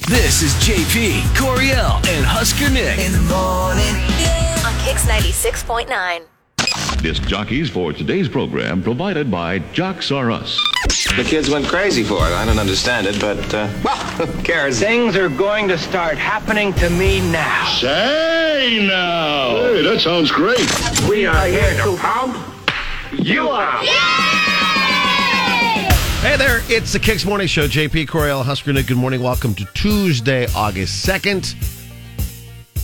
This is JP, Coriel, and Husker Nick. in the morning. on Kix 96.9. Disc jockeys for today's program provided by Jocks R Us. The kids went crazy for it. I don't understand it, but, uh, well, who cares? Things are going to start happening to me now. Say now! Hey, that sounds great. We are here to pump you up. Hey there, it's the Kicks Morning Show. JP Coriel, Husker Nick, good morning. Welcome to Tuesday, August 2nd.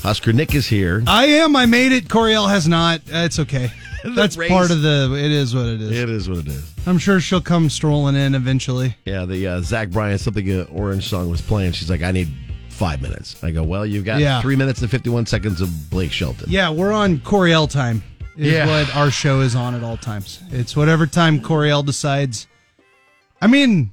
Husker Nick is here. I am. I made it. Coriel has not. Uh, It's okay. That's race. part of the. It is what it is. It is what it is. I'm sure she'll come strolling in eventually. Yeah, the uh, Zach Bryan something uh, orange song was playing. She's like, I need five minutes. I go, well, you've got Yeah. three minutes and 51 seconds of Blake Shelton. Yeah, we're on Coriel time. Is Yeah. what our show is on at all times. It's whatever time Coriel decides. I mean,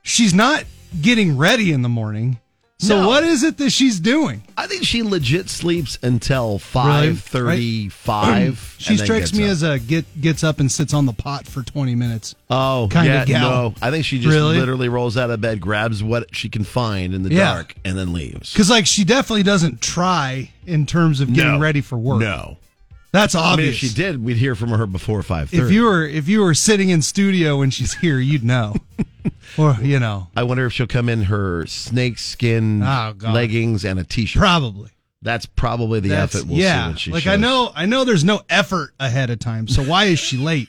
she's not getting ready in the morning. So No. what is it that she's doing? I think she legit sleeps until Really? 5.35. She strikes me as a get gets up and sits on the pot for 20 minutes. Oh, kind yeah, of gal. no. I think she just Really? literally rolls out of bed, grabs what she can find in the Yeah. dark, and then leaves. Cuz like she definitely doesn't try in terms of getting No. ready for work. No. That's I mean, obvious. if she did, we'd hear from her before five If thirty. you were if you were sitting in studio when she's here, you'd know. or you know, I wonder if she'll come in her snakeskin Oh, God. leggings and a t-shirt. probably. That's probably the That's- outfit we'll yeah. see when she like shows. I know I know there's no effort ahead of time. So why is she late?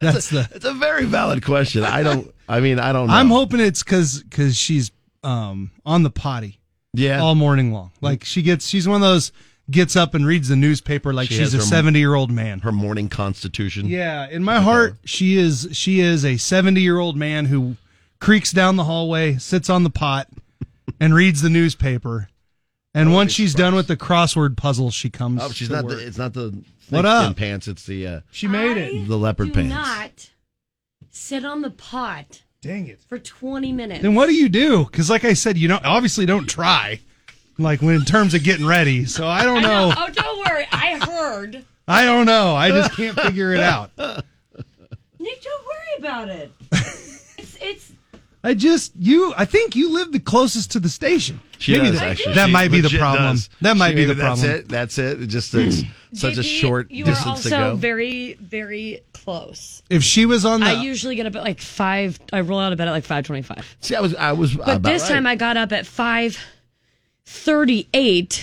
That's the It's a very valid question. I don't. I mean, I don't. Know. I'm hoping it's cuz cuz she's um on the potty Yeah. all morning long. Like she gets she's one of those gets up and reads the newspaper like She she's has a her- 70-year-old man. her morning constitution. Yeah, in my heart, she is she is a seventy year old man who creaks down the hallway, sits on the pot, and reads the newspaper. And once she's done with the crossword puzzle, she comes. Oh, she's to not. work. The, it's not the What snakeskin up? pants. It's the uh, she made it. the leopard pants. sit on the pot Dang it! for 20 minutes. Then what do you do? Because like I said, you don't obviously don't try. Like when in terms of getting ready, so I don't know. Oh, don't worry. I heard. I don't know. I just can't figure it out. Nick, don't worry about it. It's, it's I just you. I think you live the closest to the station. She Maybe does, that, actually. that She might be the legit problem. does. That might She- be the that's problem. It, that's it. It just it's such a JP, short You are distance to also go. very, very close. If she was on the, I usually get up at like five. I roll out of bed at like 5:25. See, I was I was But this time I got up at 5:38. which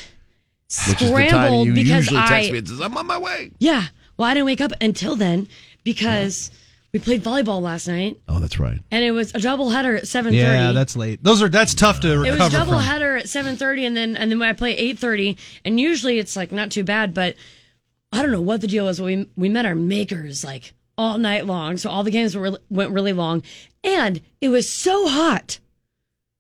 is the time Scrambled you because usually I text me and says I'm on my way. yeah. Well, I didn't wake up until then because we played volleyball last night Oh, that's right. and it was a double header at 7:30. Yeah, that's late. Those are that's tough to It recover was double from. header at seven thirty, and then and then when I play eight thirty, and usually it's like not too bad, but I don't know what the deal was. We we met our makers like all night long, so all the games were went really long, and it was so hot.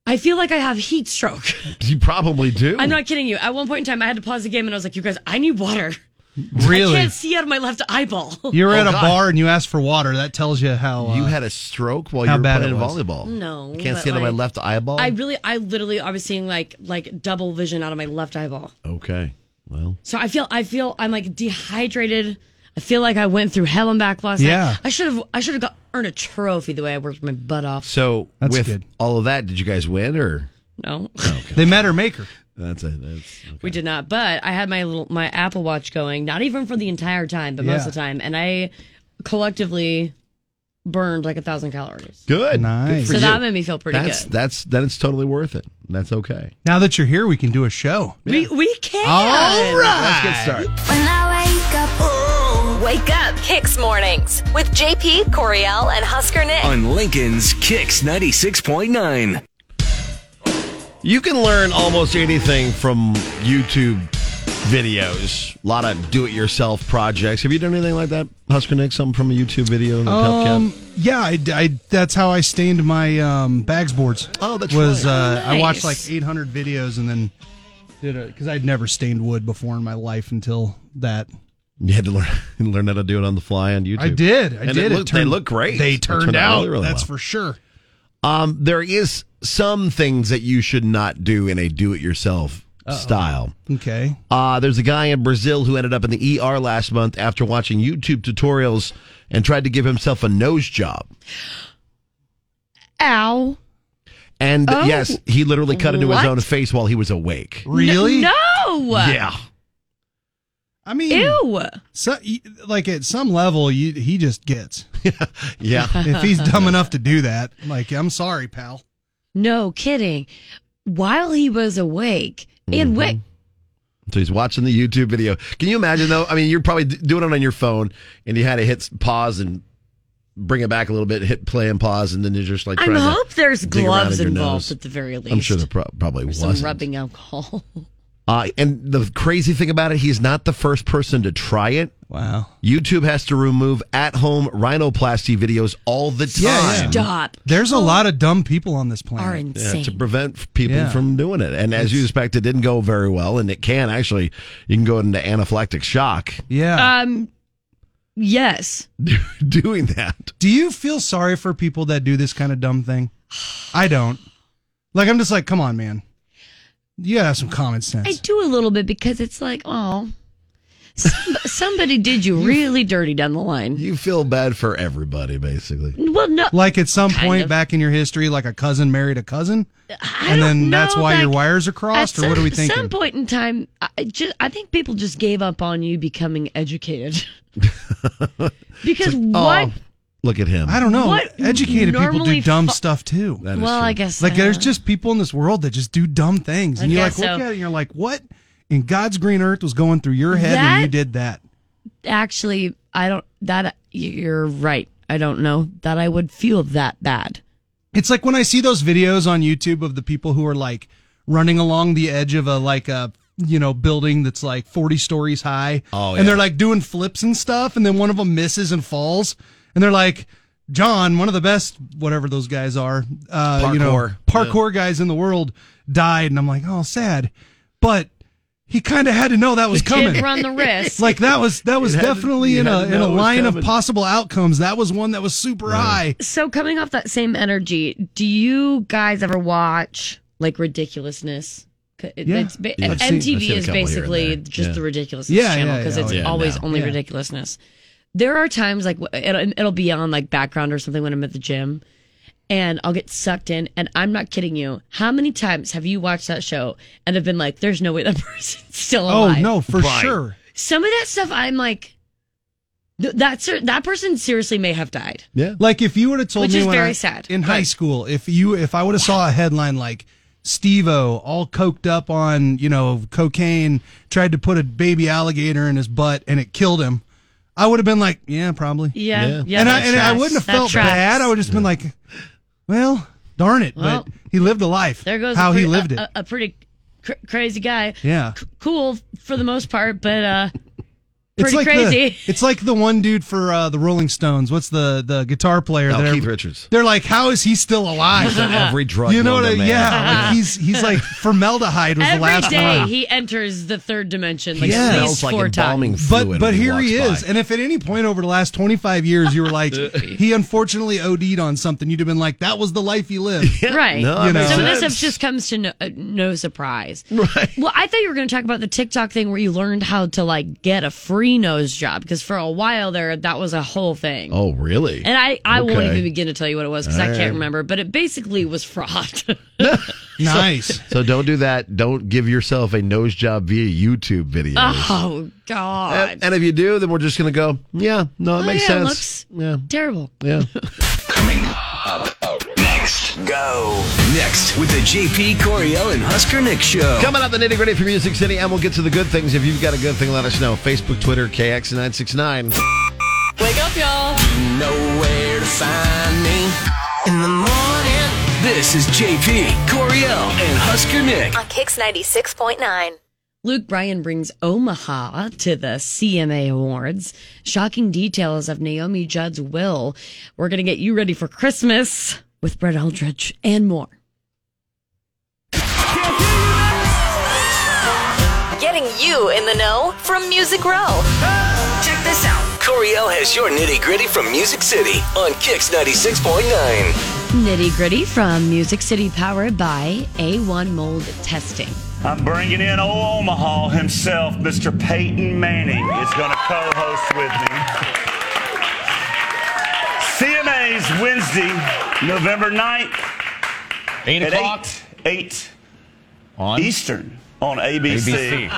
I feel like I have heat stroke. You probably do. I'm not kidding you. At one point in time, I had to pause the game, and I was like, "You guys, I need water. I really, can't see out of my left eyeball." you were at a Oh, God. bar and you asked for water. That tells you how uh, You had a stroke while you How were bad playing it was. volleyball. No, I can't but see out of my like- left eyeball. I really, I literally, I was seeing like like double vision out of my left eyeball. okay. Well, So I feel I feel I'm like dehydrated. I feel like I went through hell and back last Yeah. night. I should have I should have got earned a trophy the way I worked my butt off. so That's with good. all of that, did you guys win or? No, they met her maker. That's it. That's okay. we did not. But I had my little my Apple Watch going, not even for the entire time, but most of the time, and I collectively burned like a thousand calories. good. Nice. Good for So that you. made me feel pretty that's good. that's then it's totally worth it. That's okay. Now that you're here, we can do a show. We we can. All Let's right. get started. When I wake up, wake up, Kix mornings with JP, Coriel, and Husker Nick. On Lincoln's Kix 96.9. You can learn almost anything from YouTube videos. A lot of do-it-yourself projects. Have you done anything like that, Husker Nick? Something from a YouTube video? that helped you out? Um, yeah, I, I- that's how I stained my um, bags boards. Oh, that's was right. uh, I watched like Nice. 800 videos and then did it because I'd never stained wood before in my life until that. You had to learn learn how to do it on the fly on YouTube. I did. I And it did. looked- they look great. They They turned, turned out out. really, really that's well. for sure. Um, there is some things that you should not do in a do-it-yourself style. Okay. Uh, there's a guy in Brazil who ended up in the ER last month after watching YouTube tutorials and tried to give himself a nose job. Ow. And uh, Oh. yes, he literally cut into his What? own face while he was awake. Really? No. Yeah. I mean, Ew. so- y- like at some level, you, he just gets. Yeah. If he's dumb enough to do that, like, I'm sorry, pal. No kidding. While he was awake and wait, So he's watching the YouTube video. Can you imagine though? I mean, you're probably d- doing it on your phone, and you had to hit s- pause and bring it back a little bit, hit play and pause, and then you're just like. I trying to hope there's dig around gloves in your involved nose. at the very least. I'm sure there pro- probably Some was. rubbing alcohol. Uh, and the crazy thing about it, he's not the first person to try it. Wow. YouTube has to remove at-home rhinoplasty videos all the time. Yeah, yeah. Stop. There's a lot of dumb people on this planet. Are Yeah, insane. to prevent people Yeah. from doing it. And as you expect, it didn't go very well, and it can actually, you can go into anaphylactic shock Yeah. um. Yes. doing that. do you feel sorry for people that do this kind of dumb thing? I don't. Like, I'm just like, come on, man. You gotta have some common sense. I do a little bit because it's like, oh, some, somebody did you really dirty down the line. You feel bad for everybody, basically. Well, no, like at some point of. back in your history, like a cousin married a cousin, I and don't then that's know, why your like, wires are crossed, at or what are we some- thinking? Some point in time, I just I think people just gave up on you becoming educated. because what? Oh, look at him. I don't know. What Educated people normally do dumb fu- stuff too. That is well, true. I guess Like uh, there's just people in this world that just do dumb things, and I you're like, guess look so. at it, and you're like, what in God's green earth was going through your head when you That- did that? actually I don't that you're right. I don't know that I would feel that bad. It's like when I see those videos on YouTube of the people who are like running along the edge of a like a you know building that's like 40 stories high Oh, yeah. and they're like doing flips and stuff and then one of them misses and falls and they're like John, one of the best whatever those guys are, uh you know Parkour. parkour guys in the world died and I'm like, "Oh, sad." But he kind of had to know that was coming. Did run the risk. Like that was that was had to- definitely you in had a to in know a it was line of coming. possible outcomes. That was one that was super high. so coming off that same energy, do you guys ever watch like ridiculousness? 'Cause it- Yeah. It's, ba- Yeah. I've seen- I've MTV seen a is couple here and basically there. just Yeah. the ridiculousness Yeah, channel yeah, because yeah. it's Oh, yeah, always now. only Yeah. ridiculousness. There are times like wh- it'll, it'll be on like background or something when I'm at the gym, and I'll get sucked in. And I'm not kidding you. How many times have you watched that show and have been like, "There's no way that person's still Oh, alive"? no, for Right. sure. Some of that stuff, I'm like, th- that ser- that person seriously may have died. yeah. Like if you would have told Which me is when very I- sad. in high school, if you if I would have saw a headline like Steve-O all coked up on, you know, cocaine, tried to put a baby alligator in his butt and it killed him, I would have been like, yeah, probably. Yeah, Yeah. yeah. and I that and I tracks. wouldn't have That felt tracks. bad. I would have just been like, well, darn it, Well, but he lived a life. There goes uh, a how he pretty- lived a, it. A, a pretty cr- crazy guy. Yeah. C- cool for the most part, but uh, it's pretty like crazy. The, it's like the one dude for uh, the Rolling Stones. What's the the guitar player? Oh, there? Keith Richards. They're like, how is he still alive? Every drug. you know known what? to I, man. yeah, like he's he's like formaldehyde was the Every last day one. he enters the third dimension like Yeah. at Smells least like four embalming times. fluid but when but here he walks is, by. and if at any point over the last twenty five years you were like he unfortunately OD'd on something, you'd have been like that was the life he lived. Right. No, that You know. makes Some of this sense. stuff just comes to no, uh, no surprise. Right. Well, I thought you were going to talk about the TikTok thing where you learned how to like get a free nose job because for a while there that was a whole thing. Oh, really? And I, I won't Okay. even begin to tell you what it was because I All can't right. remember, but it basically was fraud. nice. so don't do that. Don't give yourself a nose job via YouTube videos. oh, God. And, and if you do, then we're just going to go, yeah, no, it Oh, makes yeah, it sense. looks- yeah. Terrible. Yeah. Go. Next with the JP Coriel and Husker Nick show. Coming up, the nitty gritty for Music City, and we'll get to the good things. If you've got a good thing, let us know. Facebook, Twitter, KX969. Wake up, y'all. Know where to find me in the morning. This is JP Coriel and Husker Nick. On Kix 96.9. Luke Bryan brings Omaha to the CMA Awards. Shocking details of Naomi Judd's will. We're going to get you ready for Christmas with Brett Eldridge and more. Getting you in the know from Music Row. Check this out. Coriel has your nitty gritty from Music City on Kix 96.9. Nitty gritty from Music City, powered by A1 Mold Testing. I'm bringing in Omaha himself, Mr. Peyton Manning, is going to co-host with me. CMA's Wednesday, November 9th. Eight At o'clock? Eight, on Eastern on ABC.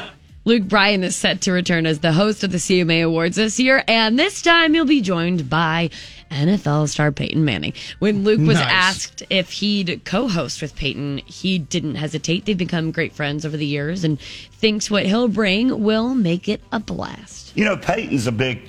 Luke Bryan is set to return as the host of the CMA Awards this year, and this time he'll be joined by NFL star Peyton Manning. When Luke was Nice. asked if he'd co host with Peyton, he didn't hesitate. They've become great friends over the years and thinks what he'll bring will make it a blast. You know, Peyton's a big.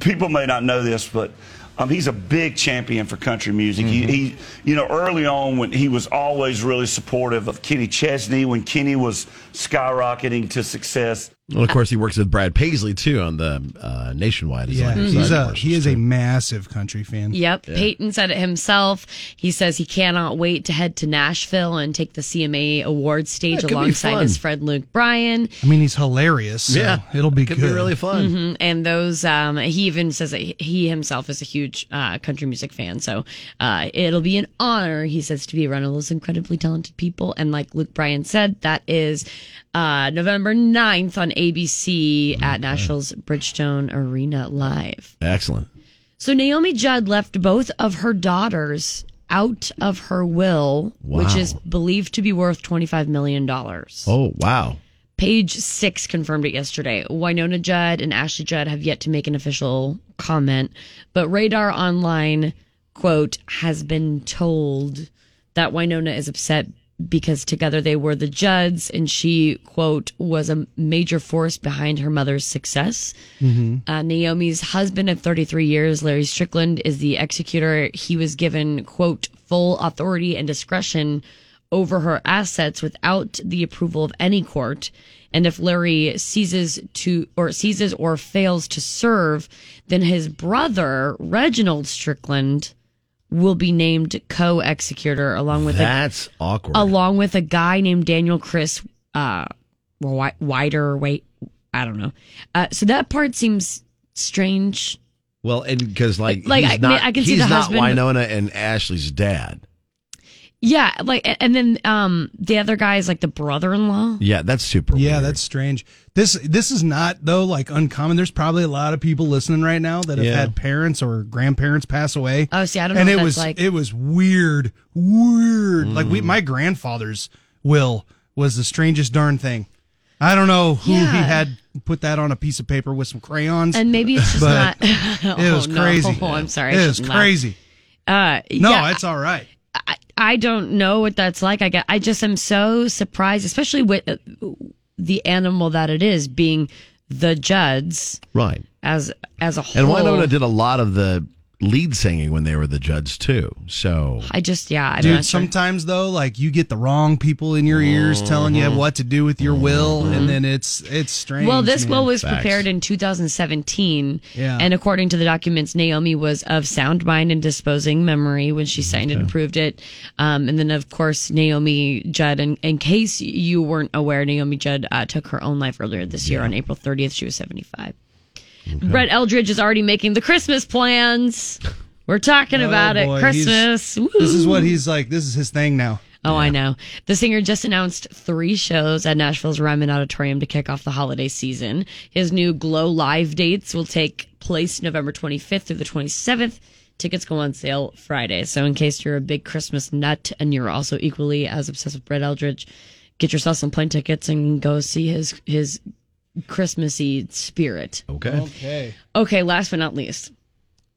People may not know this, but um, he's a big champion for country music. Mm-hmm. He, he, you know, early on when he was always really supportive of Kenny Chesney when Kenny was skyrocketing to success. Well, of course, he works with Brad Paisley too on the uh, Nationwide. Yeah, design. he's Design a he is a massive country fan. Yep. Peyton said it himself. He says he cannot wait to head to Nashville and take the CMA Awards Yeah, stage it could be alongside fun. his friend Luke Bryan. I mean, he's hilarious. So Yeah, yeah, it'll be could good. be really Mhm. And those, um, he even says that he himself is a huge uh, country music fan. So uh, it'll be an honor, he says, to be around all those incredibly talented people. And like Luke Bryan said, that is uh, November 9th on ABC at Nashville's Bridgestone Arena Live. Excellent. So Naomi Judd left both of her daughters out of her will, which Wow. is believed to be worth $25 million. Oh wow. Page six confirmed it yesterday. Winona Judd and Ashley Judd have yet to make an official comment, but Radar Online, quote, has been told that Winona is upset because together they were the Judds and she, quote, was a major force behind her mother's success. Mm-hmm. Uh, Naomi's husband of 33 years, Larry Strickland, is the executor. He was given, quote, full authority and discretion over her assets without the approval of any court. And if Larry ceases to or ceases or fails to serve, then his brother, Reginald Strickland, will be named co-executor along with That's a, awkward. along with a guy named Daniel Chris uh Wi- wider wait I don't know. Uh, so that part seems strange. Well, and because like, Like, he's I- not, I can see he's the not husband- Winona and Ashley's dad. Yeah, like a- and then um the other guy is like the brother-in-law. Yeah, that's super. Yeah, that's strange. This this is not though like uncommon. There's probably a lot of people listening right now that have Yeah. had parents or grandparents pass away. Oh, see, I don't know And what it that's was like. it was weird, weird. Like we, my grandfather's will was the strangest darn thing. I don't know who he Yeah. had put that on a piece of paper with some crayons, And maybe it's just but not Oh, it was no. crazy. I'm sorry. I it was shouldn't laugh. crazy. Uh No, yeah, it's all right. I, I don't know what that's like. I get, I just am so surprised, especially with uh, the animal that it is being the Judds Right. as as a whole. And Winona did a lot of the lead singing when they were the Judds too. So I just yeah, I'm Dude, not sure. sometimes though, like you get the wrong people in your ears telling you Mhm. what to do with your will, and then it's it's strange. Well, this man. will was prepared in 2017. Yeah. And according to the documents, Naomi was of sound mind and disposing memory when she signed and approved it. Um, and then, of course, Naomi Judd, in, in case you weren't aware, Naomi Judd uh, took her own life earlier this year on April 30th. She was 75. Brett Eldridge is already making the Christmas plans. We're talking Oh, about boy, it. he's- Christmas. This is what Woo. he's like. This is his thing now. Oh, I know. The singer just announced three shows at Nashville's Ryman Auditorium to kick off the holiday season. His new Glow Live dates will take place November 25th through the 27th. Tickets go on sale Friday. So, in case you're a big Christmas nut and you're also equally as obsessed with Brett Eldridge, get yourself some plane tickets and go see his his Christmassy spirit. Okay. Okay, last but not least.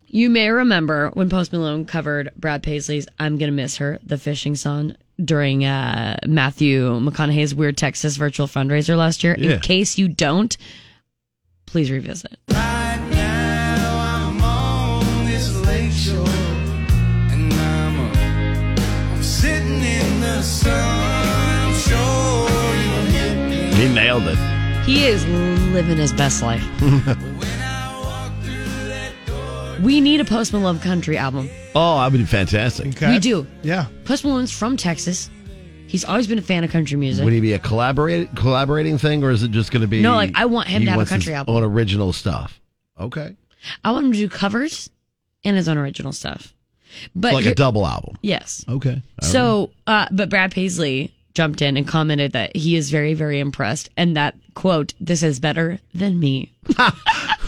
You may remember when Post Malone covered Brad Paisley's I'm Gonna Miss Her, the fishing song, during uh, Matthew McConaughey's Weird Texas virtual fundraiser last year. Yeah. In case you don't, please revisit. he nailed it. He is living his best life. We need a Post Malone country album. oh, I would be fantastic. We do. Yeah. Post Malone's from Texas. He's always been a fan of country music. Would he be a collaborate collaborating thing, or is it just going to be? No, like, I want him he to have a wants his country album. own original stuff. Okay, I want him to do covers and his own original stuff. But like here- a double album. Yes. Okay. So, uh, but Brad Paisley jumped in and commented that he is very, very impressed and that, quote, this is better than me.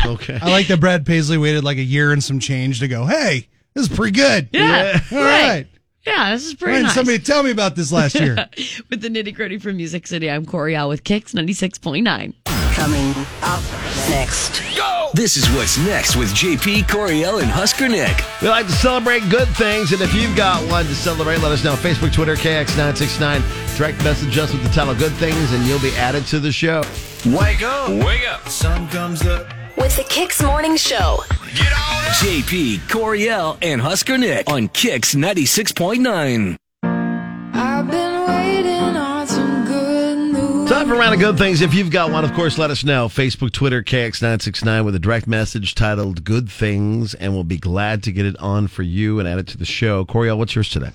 Okay. I like that Brad Paisley waited like a year and some change to go. Hey, this is pretty good. Yeah, All right. right. Yeah, this is pretty Why didn't nice. somebody tell me about this last year? with the nitty gritty from Music City, I'm Corey Al with Kicks 96.9. Coming up next. This is what's next with JP Coriel and Husker Nick. We like to celebrate good things, and if you've got one to celebrate, let us know. Facebook, Twitter, KX969. Direct message us with the title Good Things, and you'll be added to the show. Wake up! Wake up! Sun comes up. With the Kicks Morning Show. JP Coriel and Husker Nick on Kicks 96.9. I've been waiting on some good news. Time for a round of good things. If you've got one, of course, let us know. Facebook, Twitter, KX969 with a direct message titled Good Things, and we'll be glad to get it on for you and add it to the show. Coriel, what's yours today?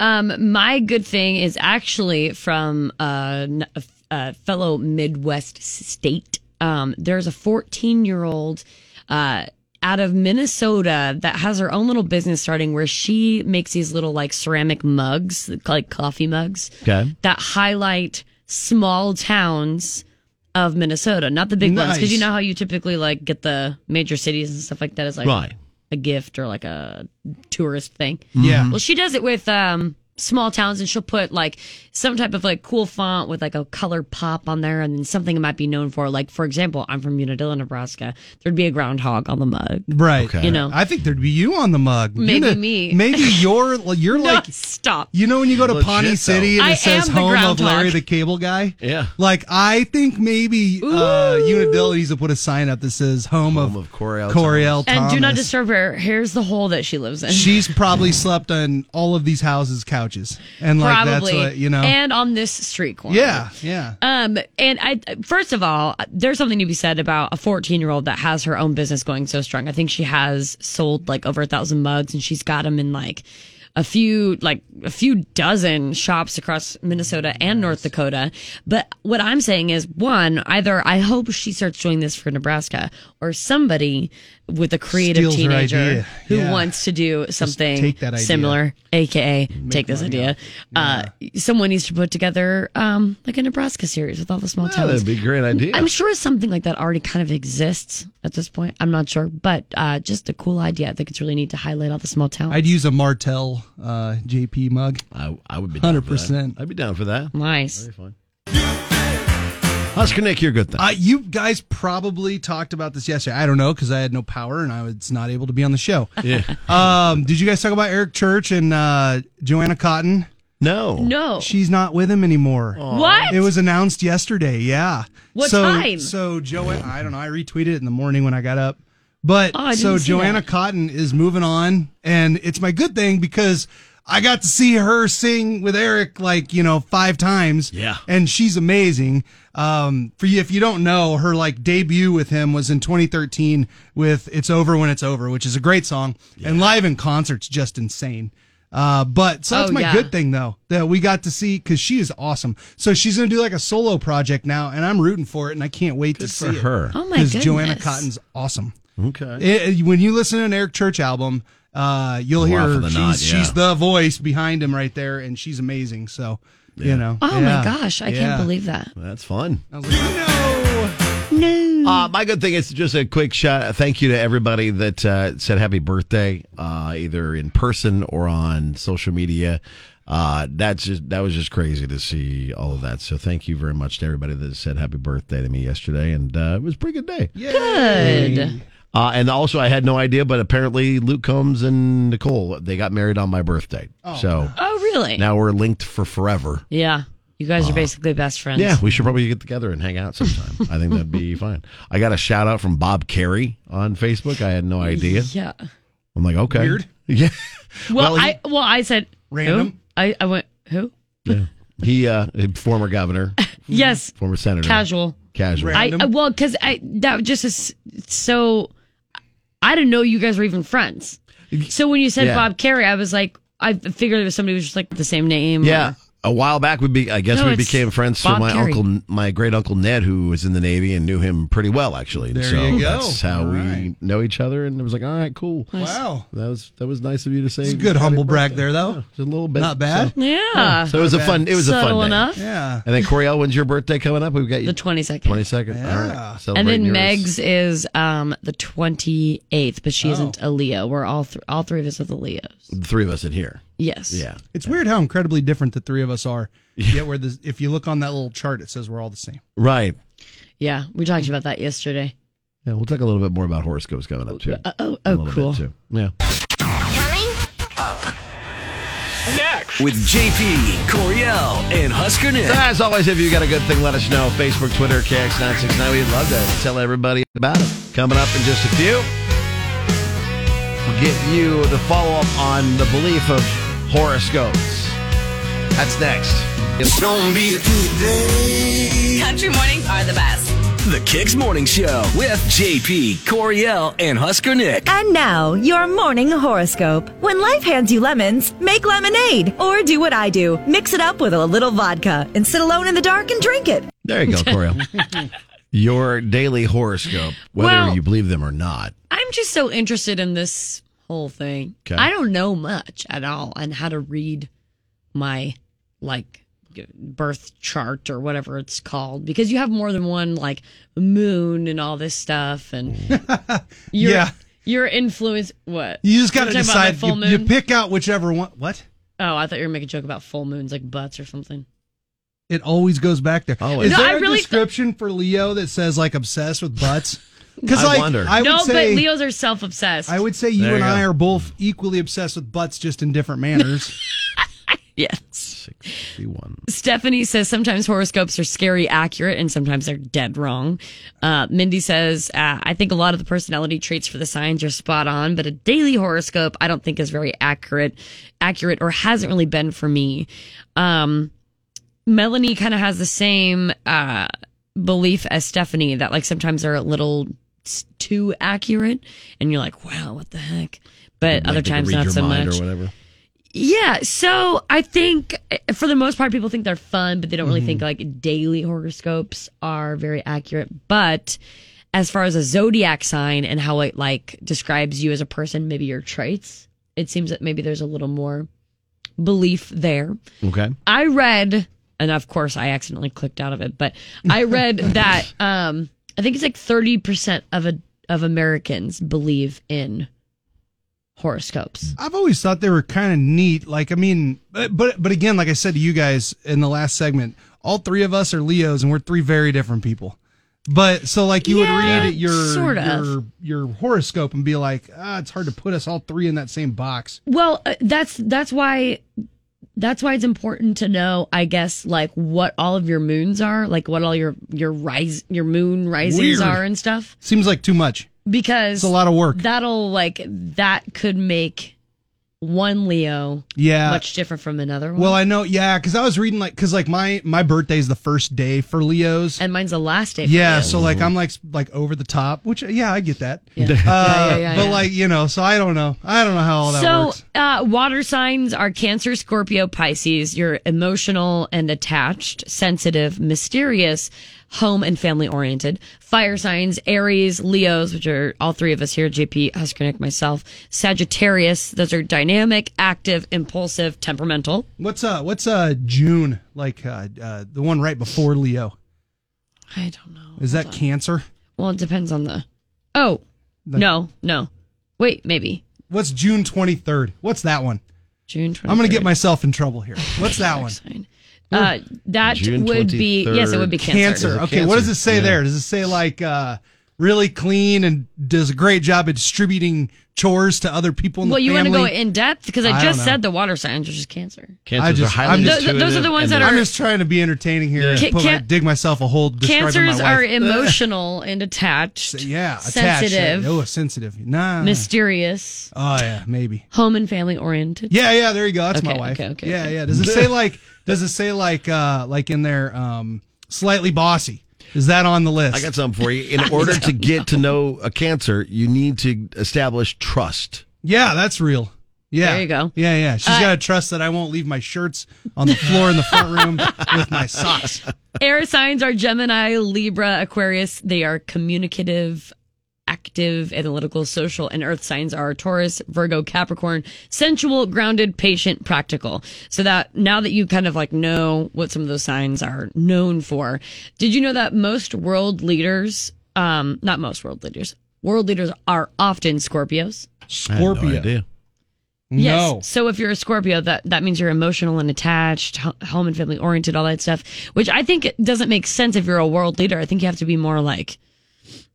Um, my good thing is actually from uh, n- a, f- a fellow Midwest state. Um, there's a 14 year old uh, out of Minnesota that has her own little business starting where she makes these little like ceramic mugs, like coffee mugs. Okay. that highlight small towns of Minnesota, not the big ones. Because you Nice. know how you typically like get the major cities and stuff like that as like Right. a gift or like a tourist thing. Yeah. Well, she does it with um small towns and she'll put like some type of like cool font with like a color pop on there and then something it might be known for. Like for example, I'm from Unadilla, Nebraska. There'd be a groundhog on the mug. Right. You know. I think there'd be you on the mug. You Maybe know- me. Maybe you're you're like stop. You know when you go to Legit, Pawnee though. City and I it says am the home of groundhog. Larry the Cable Guy? Yeah. Like I think maybe uh Unadilla needs to put a sign up that says home, of, of Coriel Coriel And do not Thomas. disturb her. Here's the hole that she lives in. She's probably slept on all of these houses' couches, and like Probably. that's what you know. And on this street corner. yeah, yeah. Um, and I, first of all, there's something to be said about a 14 year old that has her own business going so strong. I think she has sold like over a thousand mugs and she's got them in like a few, like a few dozen shops across Minnesota and North Dakota. But what I'm saying is one, either I hope she starts doing this for Nebraska or somebody with a creative Steals her teenager idea. who Yeah. wants to do something take that idea. similar, aka take this idea. Uh, someone needs to put together um, like a Nebraska series with all the small Yeah, towns. that'd be a great idea. I'm sure something like that already kind of exists at this point. I'm not sure, but uh, just a cool idea. I think it's really neat to highlight all the small towns. I'd use a Martell uh, JP mug. I, I would be down Hundred for that. percent. I'd be down for that. nice. Husker Nick, you're good thing. Uh, you guys probably talked about this yesterday. I don't know because I had no power and I was not able to be on the show. yeah. Um, did you guys talk about Eric Church and uh, Joanna Cotton? No. No. She's not with him anymore. What? It was announced yesterday. Yeah. What so, time? So Joanna, I don't know. I retweeted it in the morning when I got up. But Oh, I didn't so see Joanna that. Cotton is moving on, and it's my good thing because I got to see her sing with Eric like you know five times. Yeah. and she's amazing. Um, for you, if you don't know, her like debut with him was in 2013 with "It's Over When It's Over," which is a great song, and live in concert's just insane. Uh, but so that's Oh, my yeah. good thing thing, though that we got to see because she is awesome. So she's gonna do like a solo project now, and I'm rooting for it, and I can't wait to see For it. her. Oh my because goodness. Joanna Cotton's awesome. Okay. It- it- when you listen to an Eric Church album, uh, you'll hear often her. than She's, not, yeah. she's the voice behind him right there, and she's amazing. So you know. Oh yeah. my gosh, I Yeah. can't believe that. That's fun. I was like, no. Uh, my good thing is just a quick shout. a Thank you to everybody that uh, said happy birthday, uh, either in person or on social media. Uh, that's just that was just crazy to see all of that. So thank you very much to everybody that said happy birthday to me yesterday, and uh, it was a pretty good day. Good. Uh, and also, I had no idea, but apparently Luke Combs and Nicole they got married on my birthday. so Oh, really? now we're linked for forever. Yeah. You guys are basically best friends. Yeah, we should probably get together and hang out sometime. I think that'd be fine. I got a shout out from Bob Carey on Facebook. I had no idea. Yeah. I'm like, okay, Weird. Yeah. Well, he- I well I said Random. Who? I I went who? he uh, former governor, Yes. former senator, Casual. casual. I, Random. I well, because I that just is so. I didn't know you guys were even friends. So when you said Yeah. Bob Carey, I was like, I figured it was somebody who was just like the same name. yeah. or- A while back, we be, I guess No, we it's became friends through Bob my Carey. uncle, my great uncle Ned, who was in the Navy and knew him pretty well, actually. And There so you go. That's how All we right. know each other, and it was like, all right, cool. Wow. That was that was nice of you to say. It's a good happy humble brag birthday. there, though. Yeah, just a little bit, Not bad. So, yeah. so it was a fun. It was a Subtle fun day. enough. Yeah. And then Coriel, when's your birthday coming up? We've got you The twenty second. twenty second. All Yeah. right, And Celebrating yours. then Meg's is um the Oh. twenty eighth, but she isn't a Leo. We're all th- all three of us are the Leos. the three of us in here. Yes. Yeah. It's weird how incredibly different the three of us are. Yet, where the, if you look on that little chart, it says we're all the same. Right. Yeah, we talked about that yesterday. Yeah, we'll talk a little bit more about horoscopes coming up too. Uh, oh, In a oh, little bit, cool. too. Yeah. Next. With JP, Coriel, and Husker Nick. So as always, if you got a good thing, let us know. Facebook, Twitter, KX969. We'd love to tell everybody about it. Coming up in just a few, we'll give you the follow up on the belief of horoscopes. That's next. It's gonna be Country mornings are the best. The Kicks Morning Show with JP, Coriel, and Husker Nick. And now, your morning horoscope. When life hands you lemons, make lemonade. Or do what I do mix it up with a little vodka and sit alone in the dark and drink it. There you go, Coriel. Your daily horoscope, whether Well- you believe them or not. I'm just so interested in this whole thing. 'Kay. I don't know much at all on how to read my like birth chart or whatever it's called because you have more than one like moon and all this stuff and your Yeah. your influence what You just got to We're talking about my decide. full You, moon you pick out whichever one. What? oh I thought you were making a joke about full moons like butts or something It always goes back there. Oh, No, is I there a really- description for Leo that says like obsessed with butts? Because like, I would no say but Leos are self obsessed I would say you There and you I go. are both equally obsessed with butts, just in different manners. yes. One. Stephanie says sometimes horoscopes are scary accurate and sometimes they're dead wrong. Uh, Mindy says, uh, I think a lot of the personality traits for the signs are spot on, but a daily horoscope I don't think is very accurate, accurate or hasn't really been for me. Um, Melanie kind of has the same uh, belief as Stephanie that like sometimes they're a little s- too accurate and you're like, wow, what the heck? But Like, other they can times read not your so mind much. Or whatever. Yeah, so I think uh, for the most part, people think they're fun, but they don't really Mhm. think like daily horoscopes are very accurate. But as far as a zodiac sign and how it like describes you as a person, maybe your traits, it seems that maybe there's a little more belief there. Okay. I read, and of course I accidentally clicked out of it, but I read that um I think it's like thirty percent of a of Americans believe in horoscopes. I've always thought they were kind of neat. Like, I mean, but but but again, like I said to you guys in the last segment, all three of us are Leos, and we're three very different people. But so, like, you Yeah, would read your sort of. your your horoscope and be like, ah, it's hard to put us all three in that same box. Well, uh, that's that's why that's why it's important to know, I guess, like what all of your moons are, like what all your your rise your moon risings Weird. are and stuff, Seems like too much. because It's a lot of work. That'll like that could make one Leo Yeah. much different from another one. Well, I know, yeah, because I was reading like, because like my my birthday's the first day for Leos, and mine's the last day. for Yeah, Leos. so like I'm like s- like over the top, which uh, yeah, I get that. Yeah. Uh, Yeah, yeah, yeah, but yeah. like you know, so I don't know, I don't know how all that so works. Uh, water signs are cancer scorpio pisces you're emotional and attached sensitive mysterious home and family oriented fire signs aries leos which are all three of us here jp huskernick myself sagittarius those are dynamic active impulsive temperamental What's uh what's uh June like uh, uh the one right before Leo? I don't know. Is that Cancer? well it depends on the oh no no wait maybe What's June 23rd? What's that one? June 23rd. I'm gonna get myself in trouble here. What's that one? uh, that would be yes it would be cancer, Okay, what does it say there? Does it say like uh really clean and does a great job at distributing chores to other people in Well, the you want family? to go in depth because I, I just don't know. said the water signs are just cancer. I just, highly I'm just- intuitive Those- those are the ones and that I'm are- just trying to be entertaining here. Yeah. and put my- Can- dig myself a hole. describing my Cancers wife. are emotional and attached. yeah, attached. sensitive, Oh, sensitive. Nah. mysterious, Oh yeah, maybe. home and family oriented. Yeah, yeah. There you go. That's my Okay, wife. okay, okay, yeah, okay. yeah. Does it say like? Does it say like? uh Like in there, um slightly bossy. Is that on the list? I got something for you. In order to get to know a cancer, you need to establish trust. Yeah, that's real. Yeah. There you go. Yeah, yeah. She's Uh, got to trust that I won't leave my shirts on the floor in the front room with my socks. Air signs are Gemini, Libra, Aquarius. They are communicative, active, analytical, social, and earth signs are Taurus, Virgo, Capricorn, sensual, grounded, patient, practical. So that now that you kind of like know what some of those signs are known for, did you know that most world leaders, um, not most world leaders, world leaders are often Scorpios? I had no idea. No. Yes. So if you're a Scorpio, that, that means you're emotional and attached, h- home and family oriented, all that stuff, which I think doesn't make sense if you're a world leader. I think you have to be more like,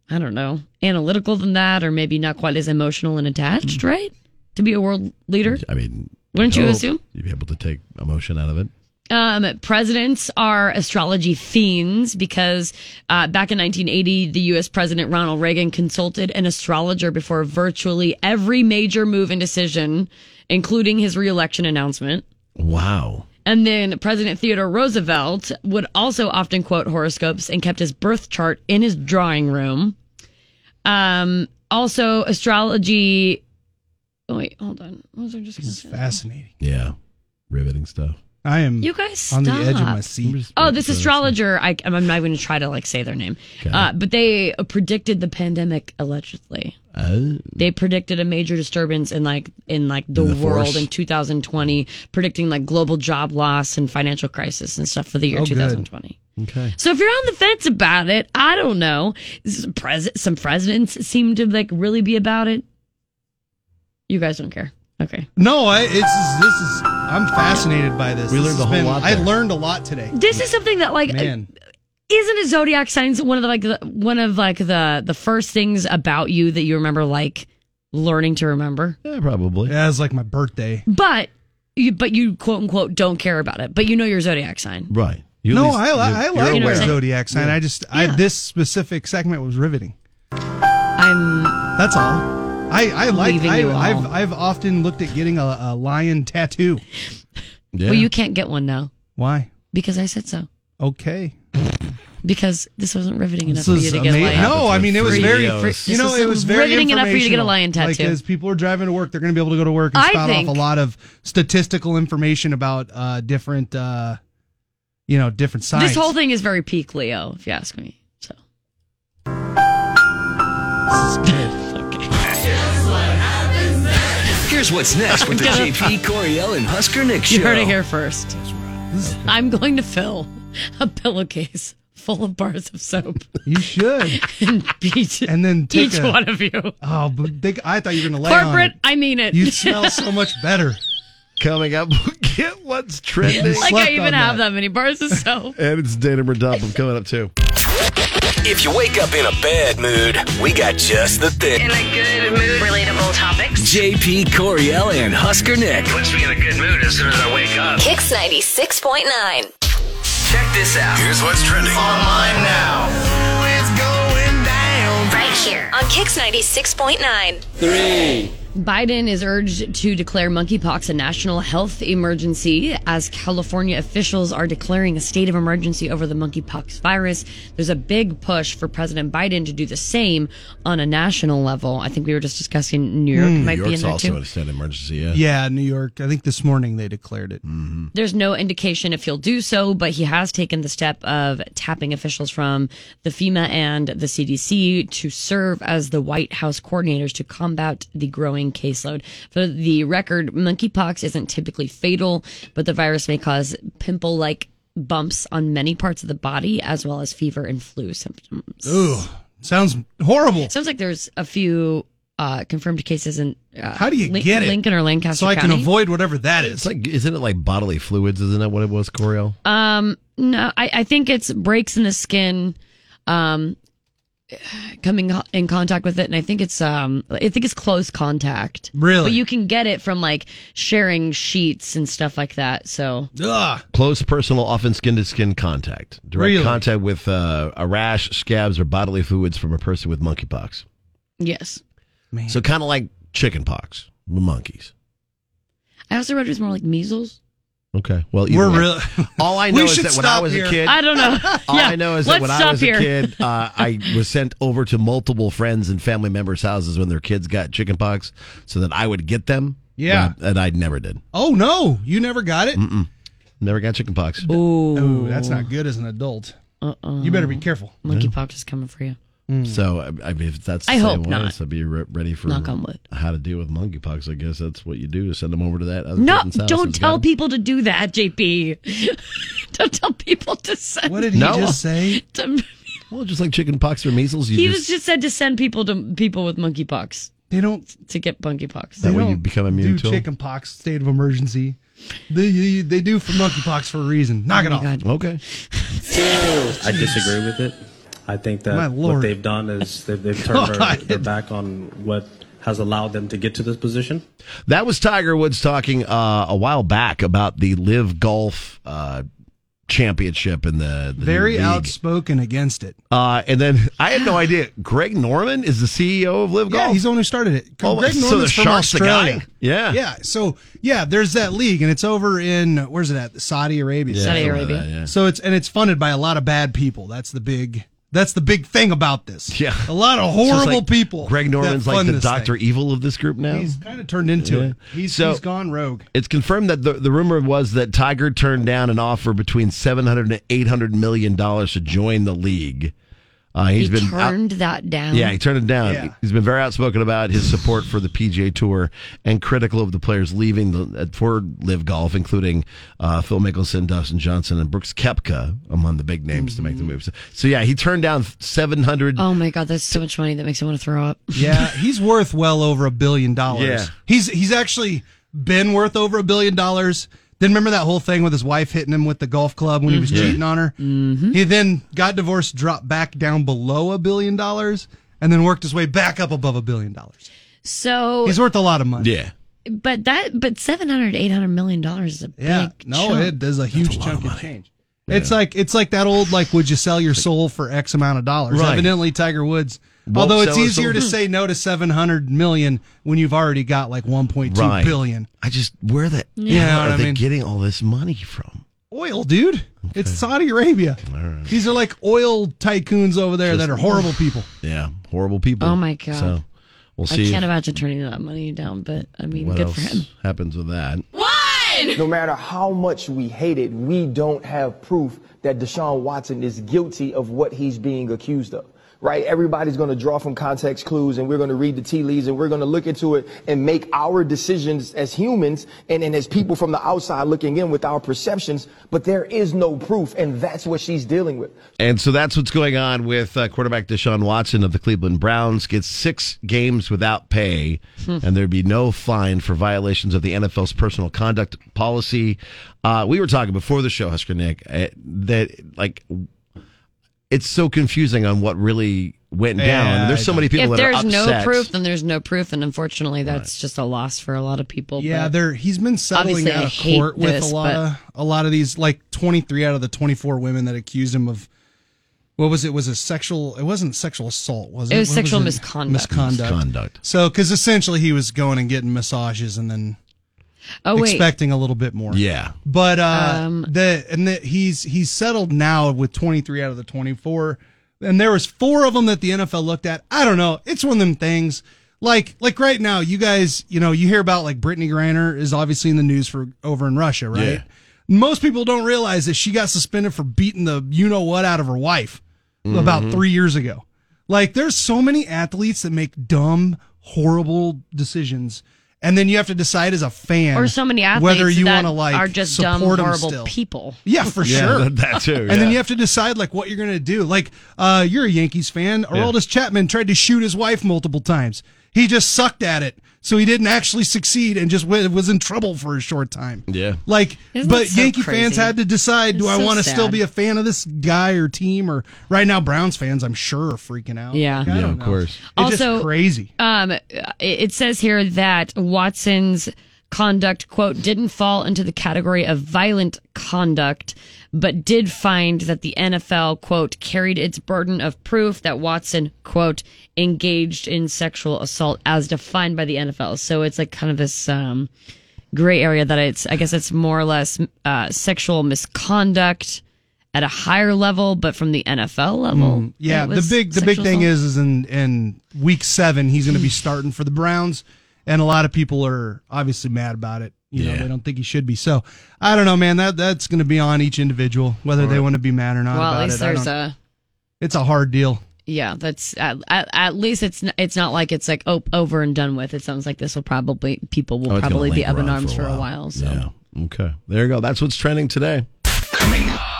I don't know, analytical than that, or maybe not quite as emotional and attached, right? To be a world leader. I mean, wouldn't you hope assume? You'd be able to take emotion out of it. Um, presidents are astrology fiends because uh, back in 1980, the U.S. President Ronald Reagan consulted an astrologer before virtually every major move and decision, including his reelection announcement. Wow. And then President Theodore Roosevelt would also often quote horoscopes and kept his birth chart in his drawing room. Um, also, astrology. Oh, wait, hold on. What was I just going to say? Fascinating. Yeah. Riveting stuff. I am. You guys on the edge of stop. my seat. Oh, this astrologer, I, I'm not even going to try to like say their name, uh, but they predicted the pandemic allegedly. Oh. They predicted a major disturbance in like in like the, In the world force? in 2020, predicting like global job loss and financial crisis and stuff for the year Oh, good. 2020. Okay. So if you're on the fence about it, I don't know. S- pres- Some presidents seem to like really be about it. You guys don't care. Okay. No, I, it's this is. I'm fascinated by this. We This learned a has whole been- lot I there. learned a lot today. This is something that like Man. isn't a zodiac signs one of the, like the, one of like the the first things about you that you remember like learning to remember yeah probably yeah it's like my birthday but you but you quote unquote don't care about it but you know your zodiac sign Right. no, I, I, I you're like aware. my zodiac sign. I just I, Yeah. this specific segment was riveting. I'm. That's all. I I like. Leaving I, you all. I've I've often looked at getting a, a lion tattoo. well you can't get one now Why? because i said so okay because this wasn't riveting This enough for is you to get a ama- lion No, I mean it was Free- very. This You know, is it was very riveting enough for you to get a informational. lion Like, tattoo as people are driving to work, they're going to be able to go to work and I spout think- off a lot of statistical information about uh, different, uh, you know, different signs. this whole thing is very peak leo if you ask me so Here's what's next with the I'm gonna- JP Coriel and Husker Nick show. you heard it here first i'm going to fill a pillowcase full of bars of soap you should and beat and then take each a- one of you Oh, but they, I thought you were going to lay on corporate it. i mean it You smell so much better. Coming up, we'll get what's trending. like I even have that. many bars of soap. And it's Dana Berdump coming up too. If you wake up in a bad mood, we got just the thing. In a good mood. Relatable topics. JP Coriel and Husker Nick. Puts me in a good mood as soon as I wake up. Kicks 96.9. Check this out. Here's what's trending online now. It's going down. Right here on Kicks 96.9. Three. Biden is urged to declare monkeypox a national health emergency as California officials are declaring a state of emergency over the monkeypox virus. There's a big push for President Biden to do the same on a national level. I think we were just discussing New York Hmm. might be in York's there also too. in a state of emergency. Yeah. Yeah, New York. I think this morning they declared Mm. it. There's no indication if he'll do so, but he has taken the step of tapping officials from the FEMA and the CDC to serve as the White House coordinators to combat the growing caseload. For the record, monkeypox isn't typically fatal, but the virus may cause pimple like bumps on many parts of the body, as well as fever and flu symptoms. Ooh, sounds horrible. Sounds like there's a few uh, confirmed cases in. Uh, How do you Lin- get it? Lincoln or Lancaster So I can County. avoid whatever that is. It's like, isn't it like bodily fluids? Isn't that what it was, Coriel? Um, no, I, I think it's breaks in the skin, um, coming ho- in contact with it, and I think it's um, I think it's close contact. Really? but you can get it from like sharing sheets and stuff like that. So Close personal, often skin to skin contact. Direct Really? contact with uh, a rash, scabs, or bodily fluids from a person with monkeypox. yes, So kind of like chickenpox with monkeys. I also read it was more like measles. Okay. Well, either We're way. real- All I We know is should that when I stop was here. a kid, I don't know. All Uh, yeah. I know is Let's that when I stop was here. a kid, uh, I was sent over to multiple friends and family members' houses when their kids got chickenpox, so that I would get them. Yeah. but I- and I never did. Oh no, you never got it. Mm-mm. Never got chickenpox. Ooh, Ooh, that's not good as an adult. Uh-uh. You better be careful. Monkeypox is coming for you. So I I mean, if that's the I same hope way, not. So be re- ready for Knock on wood. how to deal with monkeypox. I guess that's what you do is send them over to that. Other No, person's house don't that's tell got people to do that, JP. don't tell people to send. What did he No. just say? it. Well, just like chickenpox or measles, you he just, was just said to send people to people with monkeypox. They don't to get monkeypox. That way you become immune do to 'em? chickenpox state of emergency. They they do for monkeypox for a reason. Oh Knock it off. Okay. I disagree with it. I think My that what lord. they've done is they've, they've turned their, God. their back on what has allowed them to get to this position. That was Tiger Woods talking uh, a while back about the Live Golf uh, Championship in the, the Very league. outspoken against it. Uh, and then I had no idea. Greg Norman is the CEO of Live Golf. Yeah, he's the one who started it. Oh, Greg so Norman's the from Sharks the guy? Australia. Yeah. yeah. So yeah, there's that league, and it's over in where's it at? Saudi Arabia. Yeah, Saudi something like Arabia. that, yeah. So it's and it's funded by a lot of bad people. That's the big. That's the big thing about this. Yeah, a lot of So it's horrible like people. Greg that Norman's like fund the this Doctor thing. Evil of this group now. He's kind of turned into Yeah. it. He's, So- he's gone rogue. It's confirmed that the, the rumor was that Tiger turned down an offer between 700 and 800 million dollars to join the league. Uh, he's he been out- turned that down. Yeah, he turned it down. Yeah. He's been very outspoken about his support for the PGA Tour and critical of the players leaving the for Live Golf, including uh, Phil Mickelson, Dustin Johnson, and Brooks Kepka among the big names to make the move. So, so yeah, he turned down seven hundred. Mm-hmm. Oh my god, that's so much money that makes me want to throw up. Yeah, he's worth well over a billion dollars. Yeah. He's he's actually been worth over a billion dollars. Then remember that whole thing with his wife hitting him with the golf club when he was Mhm. Yeah. cheating on her? He then got divorced, dropped back down below a billion dollars, and then worked his way back up above a billion dollars. So He's worth a lot of money. Yeah. but that but 700 800 million dollars is a Yeah. big No, chunk. it is a huge chunk of change. It's like it's like that old like would you sell your soul for X amount of dollars? Right. Evidently Tiger Woods. Won't although it's sell his easier soul. to say no to seven hundred million when you've already got like one point two billion. Right. I just where the Yeah. You know are what I they mean? getting all this money from? oil, dude. It's Saudi Arabia. These are like oil tycoons over there that Just- are horrible people. Yeah, horrible people. Oh my god. So we'll see. I if- can't imagine turning that money down, but I mean, what good else for him. happens with that. No matter how much we hate it, we don't have proof that Deshaun Watson is guilty of what he's being accused of. Right? Everybody's going to draw from context clues and we're going to read the tea leaves and we're going to look into it and make our decisions as humans and, and as people from the outside looking in with our perceptions. But there is no proof. And that's what she's dealing with. And so that's what's going on with uh, quarterback Deshaun Watson of the Cleveland Browns gets six games without pay, Hmm. and there'd be no fine for violations of the NFL's personal conduct policy. Uh, we were talking before the show, Husker Nick, uh, that like it's so confusing on what really went down. Yeah, there's so many people if that are there's upset. no proof, then there's no proof, and unfortunately, that's just a loss for a lot of people. Yeah, but they're he's been settling obviously out I of hate court with this, a lot but- of a lot of these like 23 out of the 24 women that accused him of what was it was a sexual it wasn't sexual assault was it It was What sexual misconduct. misconduct Misconduct. so because essentially he was going and getting massages and then Oh, wait. expecting a little bit more Yeah. But uh, the and the, he's he's settled now with 23 out of the 24, and there was four of them that the NFL looked at. I don't know. It's one of them things. Like like right now, you guys, you know, you hear about like Brittany Griner is obviously in the news for over in Russia, right? Yeah. Most people don't realize that she got suspended for beating the you know what out of her wife about Mhm. three years ago. Like there's so many athletes that make dumb, horrible decisions. And then you have to decide as a fan or so many athletes whether you that want to like are just dumb, support 'em horrible still. people. Yeah, for Yeah, sure. that- that too, And yeah. then you have to decide like what you're gonna do. Like, uh, you're a Yankees fan. Yeah. Aroldis Chapman tried to shoot his wife multiple times. He just sucked at it, so he didn't actually succeed and just w- was in trouble for a short time. yeah. Like, Isn't but that so Yankee crazy? fans had to decide: Do It's I so want to still sad. be a fan of this guy or team? Or right now, Browns fans, I'm sure, are freaking out. Yeah. Like, I Yeah, don't of know. course. It's Also- just crazy. Um, it- it says here that Watson's conduct quote didn't fall into the category of violent conduct, but did find that the NFL quote carried its burden of proof that Watson quote engaged in sexual assault as defined by the NFL. So it's like kind of this um gray area that it's I guess it's more or less uh, sexual misconduct. At a higher level, but from the NFL level, Mm, yeah, it the was big the big sexual thing assault. Hmm. is is in in week seven he's going to be starting for the Browns, and a lot of people are obviously mad about it. You know, Yeah. they don't think he should be. So I don't know, man. That that's going to be on each individual whether they want to be mad or not. Well, about at least it. I there's don't- a It's a hard deal. yeah. That's at, at, at least it's n- it's not like it's like oh over and done with. It sounds like this will probably people will Oh, it's gonna probably be linger up in on arms for for a a while. So Yeah. Okay. There you go. That's what's trending today.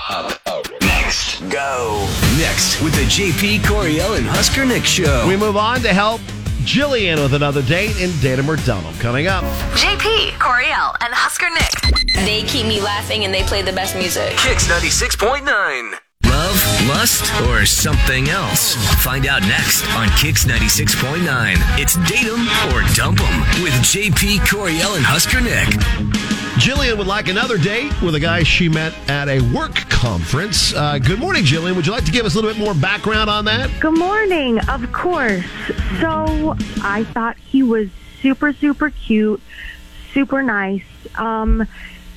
Up, up next. Go. Next with the JP Coriel and Husker Nick show. We move on to help Jillian with another date and Datum or Dunham coming up. JP, Coriel, and Husker Nick. They keep me laughing and they play the best music. Kicks 96.9. Love, lust, or something else? Find out next on Kicks 96.9. It's Date 'em or Dump 'em with JP Coriel and Husker Nick. Jillian would like another date with a guy she met at a work conference. Uh, good morning, Jillian. Would you like to give us a little bit more background on that? Good morning, of course. So I thought he was super, super cute, super nice. Um,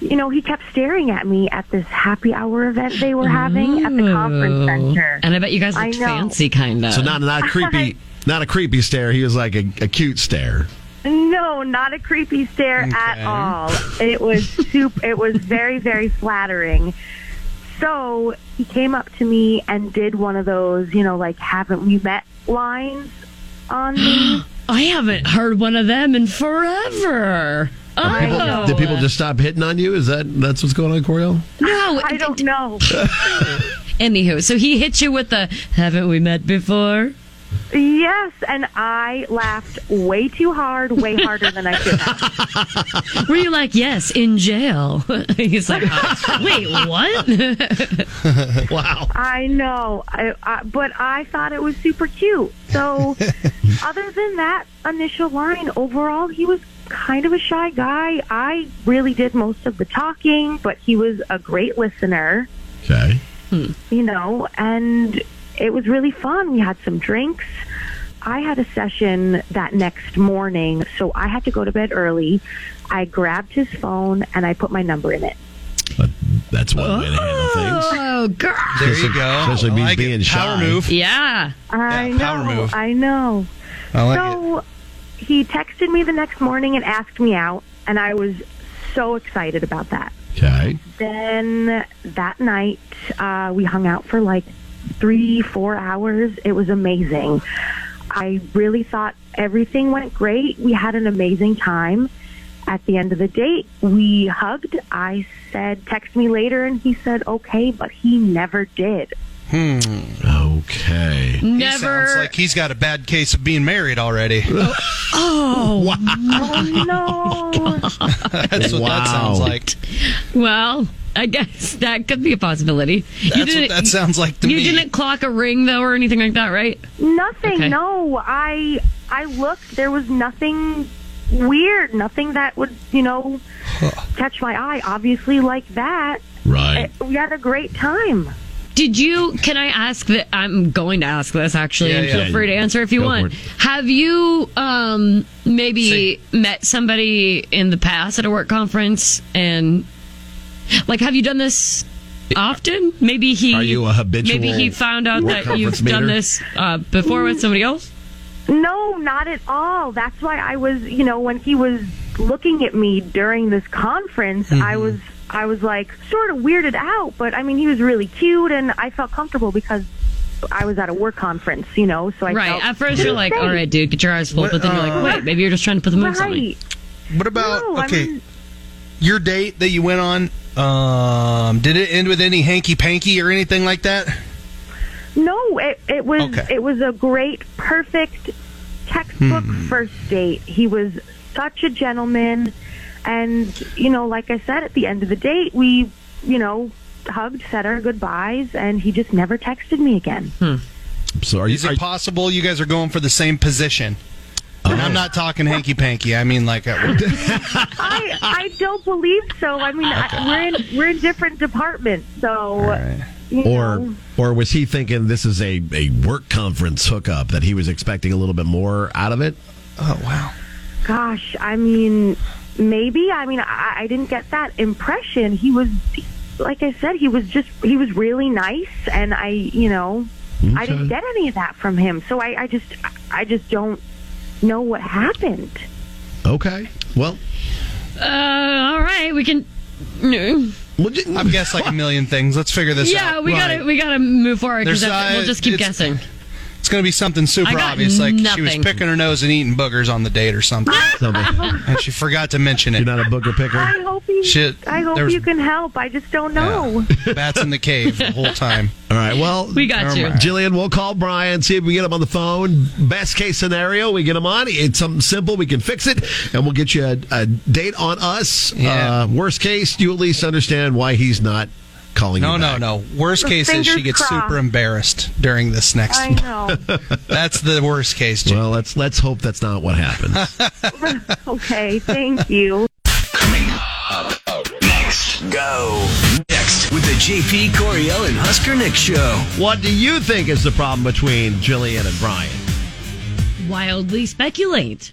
you know, he kept staring at me at this happy hour event they were having at the conference center. And I bet you guys I looked know. fancy, kind of. So not not a creepy, not a creepy stare. He was like a, a cute stare. No, not a creepy stare Okay. at all. It was soup. it was very, very flattering. So he came up to me and did one of those, you know, like haven't we met lines on me. I haven't heard one of them in forever. Are people- Oh. Did people just stop hitting on you? Is that that's what's going on, Coriel? No, I don't know. Anywho, so he hit you with the haven't we met before? Yes, and I laughed way too hard, way harder than I should have. Were you like, yes, in jail? He's like, "Uh, wait, what? wow. I know, I, I, but I thought it was super cute. So, other than that initial line, overall, he was kind of a shy guy. I really did most of the talking, but he was a great listener, Okay. you know, and it was really fun. We had some drinks. I had a session that next morning, so I had to go to bed early. I grabbed his phone and I put my number in it. That's one way to handle things. Oh, girl. There you go. Especially me being shy. Yeah. I know. power move. I know. I like so he texted me the next morning and asked me out, and I was so excited about that. Okay. Then that night, uh, we hung out for like three, four hours. It was amazing. I really thought everything went great. We had an amazing time. At the end of the date, we hugged. I said, text me later, and he said, okay, but he never did. Hmm. Okay. Never. sounds like he's got a bad case of being married already. Oh, no. That's what that sounds like. Well, I guess that could be a possibility. That's what that sounds like to you me. didn't clock a ring, though, or anything like that, right? Nothing. Okay. No, I I looked. There was nothing weird. Nothing that would you know catch my eye. Obviously, like that. Uh, Right. we had a great time. Did you? Can I ask that? I'm going to ask this actually, Yeah, and yeah. feel Yeah, free to you- answer if you go want. for Have you um, maybe met somebody in the past at a work conference, and like, have you done this often? Maybe he. Are you a habitual Maybe he found out work that conference you've done meter? this uh, before with somebody else. No, not at all. That's why I was you know when he was looking at me during this conference, Mm-hmm. I was I was like sort of weirded out. But I mean, he was really cute, and I felt comfortable because. I was at a work conference, you know, so I right. felt At first, you're like, safe. all right, dude, get your eyes full. What, but then you're uh, like, wait, maybe you're just trying to put the moves on me. Right. What about No, I okay? mean- your date that you went on, um, did it end with any hanky panky or anything like that? No, it, it was Okay. it was a great, perfect textbook first date. He was such a gentleman, and you know, like I said, at the end of the date, we you know hugged, said our goodbyes, and he just never texted me again. So are you, is it possible you guys are going for the same position? And Oh. I'm not talking hanky panky. I mean, like uh, at work. I I don't believe so. I mean, I, we're in we're in different departments, so you Or know. or was he thinking this is a, a work conference hookup that he was expecting a little bit more out of it? Oh wow. Gosh, I mean, maybe. I mean, I, I didn't get that impression. He was, like I said, he was just, he was really nice. And I, you know, I didn't get any of that from him. So I, I just, I just don't know what happened. Okay. Well, Uh, all right, we can. No. I've guessed like a million things. Let's figure this yeah, out. we gotta we gotta move forward because There's, uh, we'll just keep it's- guessing. It's going to be something I super got obvious, like she was nothing. picking her nose and eating boogers on the date or something, and she forgot to mention it. You're not a booger picker. I hope you. Shit, I hope there was- you can help. I just don't know. Oh. Bats in the cave the whole time. All right. Well, We got never you. mind. Jillian. We'll call Brian see if we get him on the phone. Best case scenario, we get him on. It's something simple. We can fix it, and we'll get you a, a date on us. Yeah. Uh, worst case, you at least understand why he's not calling. No, you no, back. no. Worst case is she Fingers gets crossed. super embarrassed during this next. I know. That's the worst case. Well, let's let's hope that's not what happens. okay, thank you. Up, up next. Go. Next with the JP Coriel and Husker Nick show. What do you think is the problem between Jillian and Brian? Wildly speculate.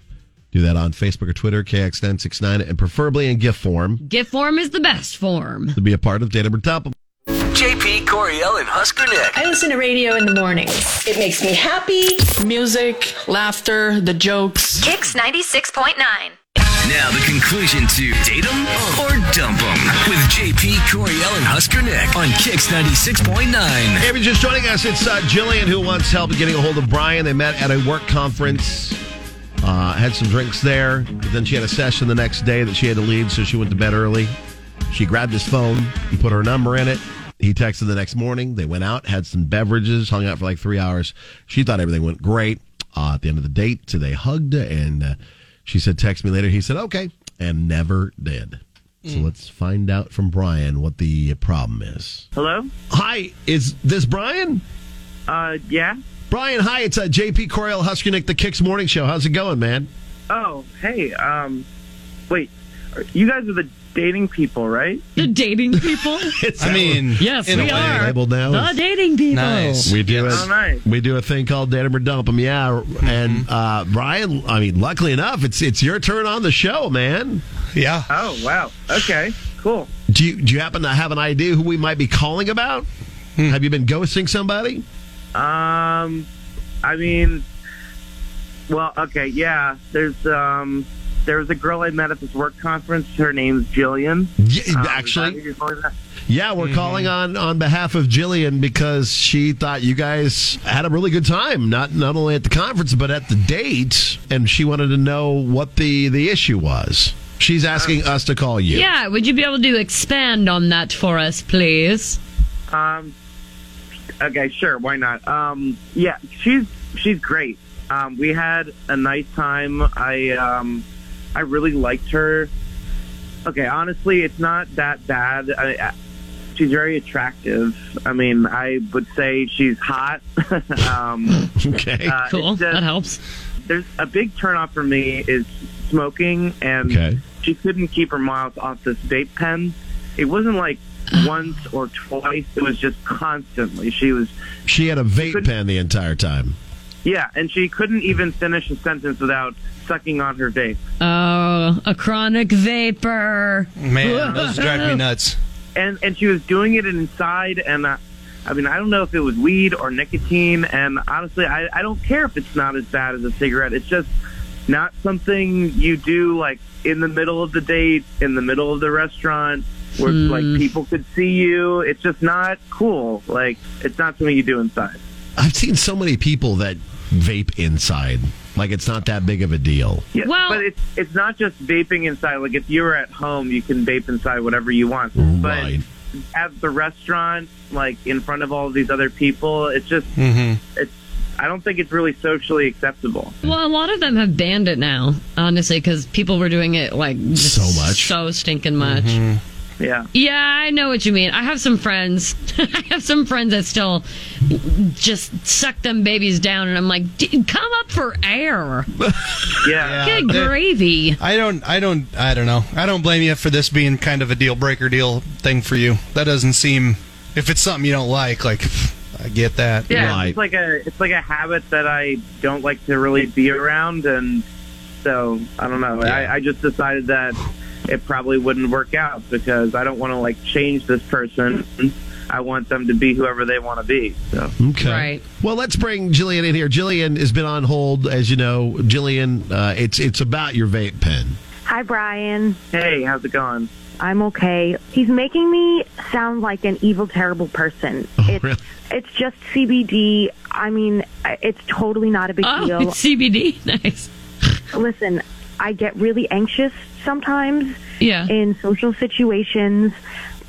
Do that on Facebook or Twitter, KX969, and preferably in GIF form Gift form is the best form. to be a part of Data Top. JP Coriel and Husker Nick. I listen to radio in the morning. It makes me happy. Music, laughter, the jokes. Kicks 96.9. Now the conclusion to date 'em or dump 'em with JP Coriel and Husker Nick on Kix ninety six point nine. Hey, if you're just joining us, it's uh, Jillian who wants help getting a hold of Brian. They met at a work conference, uh, had some drinks there, but then she had a session the next day that she had to lead, so she went to bed early. She grabbed his phone and put her number in it. He texted the next morning. They went out, had some beverages, hung out for like three hours. She thought everything went great. Uh, at the end of the date, so they hugged, and uh, she said, Text me later. He said, Okay, and never did. So let's find out from Brian what the problem is. Hello? Hi, is this Brian? Uh, yeah. Brian, hi, it's uh, JP Coriel Huskinick, the Kicks Morning Show. How's it going, man? Oh, hey, um, wait. You guys are the dating people, right? The dating people? I mean, yes, in a we way, are. labeled now The as- dating people. We do Yes. a, Oh, nice. we do a thing called Datum or Dump 'em, yeah. And uh, Brian, I mean, luckily enough, it's it's your turn on the show, man. Yeah. Oh, wow. Okay, cool. Do you do you happen to have an idea who we might be calling about? Have you been ghosting somebody? Hmm. Um, I mean, well, okay, yeah. There's, um, there was a girl I met at this work conference. Her name's Jillian. Yeah, Um, actually- is that who you're calling that? Mm-hmm. Yeah, we're calling on on behalf of Jillian because she thought you guys had a really good time, not not only at the conference but at the date, and she wanted to know what the the issue was. She's asking Oh. us to call you. Yeah, would you be able to expand on that for us, please? Um, okay, sure, why not? Um, yeah, she's she's great. Um, we had a nice time. I um, I really liked her. Okay, honestly, it's not that bad. I, I, she's very attractive. I mean, I would say she's hot. um, okay, Cool, uh, that helps. There's a big turnoff for me is smoking, and she couldn't keep her mouth off this vape pen. It wasn't like once or twice; it was just constantly. She was She had a vape pen the entire time. yeah, and she couldn't even finish a sentence without sucking on her vape. Oh, a chronic vapor. nuts. And and she was doing it inside, and uh, I mean, I don't know if it was weed or nicotine, and honestly, I, I don't care if it's not as bad as a cigarette. It's just not something you do like in the middle of the date, in the middle of the restaurant, where Hmm. like people could see you. It's just not cool. Like it's not something you do inside. I've seen so many people that vape inside, like it's not that big of a deal. Yeah, but it's it's not just vaping inside. Like if you were at home, you can vape inside whatever you want. But at the restaurant, like in front of all these other people, it's just Mm-hmm. it's. I don't think it's really socially acceptable. Well, a lot of them have banned it now, honestly, because people were doing it like just So much. Mm-hmm. so stinking much. Yeah. Yeah, I know what you mean. I have some friends. I have some friends that still just suck them babies down, and I'm like, "D- come up for air. Yeah. Good they- gravy. I don't. I don't. I don't know. I don't blame you for this being kind of a deal breaker deal thing for you. That doesn't seem. If it's something you don't like, like I get that. Yeah, it's like a it's like a habit that I don't like to really be around, and so I don't know. I, I just decided that it probably wouldn't work out because I don't want to like change this person. I want them to be whoever they want to be. So. Okay. Right. Well, let's bring Jillian in here. Jillian has been on hold, as you know. Jillian, uh, it's it's about your vape pen. Hi, Brian. Hey, how's it going? I'm okay. He's making me sound like an evil, terrible person. Oh, It's, it's just CBD. I mean, I- it's totally not a big Oh, deal. it's CBD. Nice. Listen, I get really anxious sometimes. Yeah. In social situations,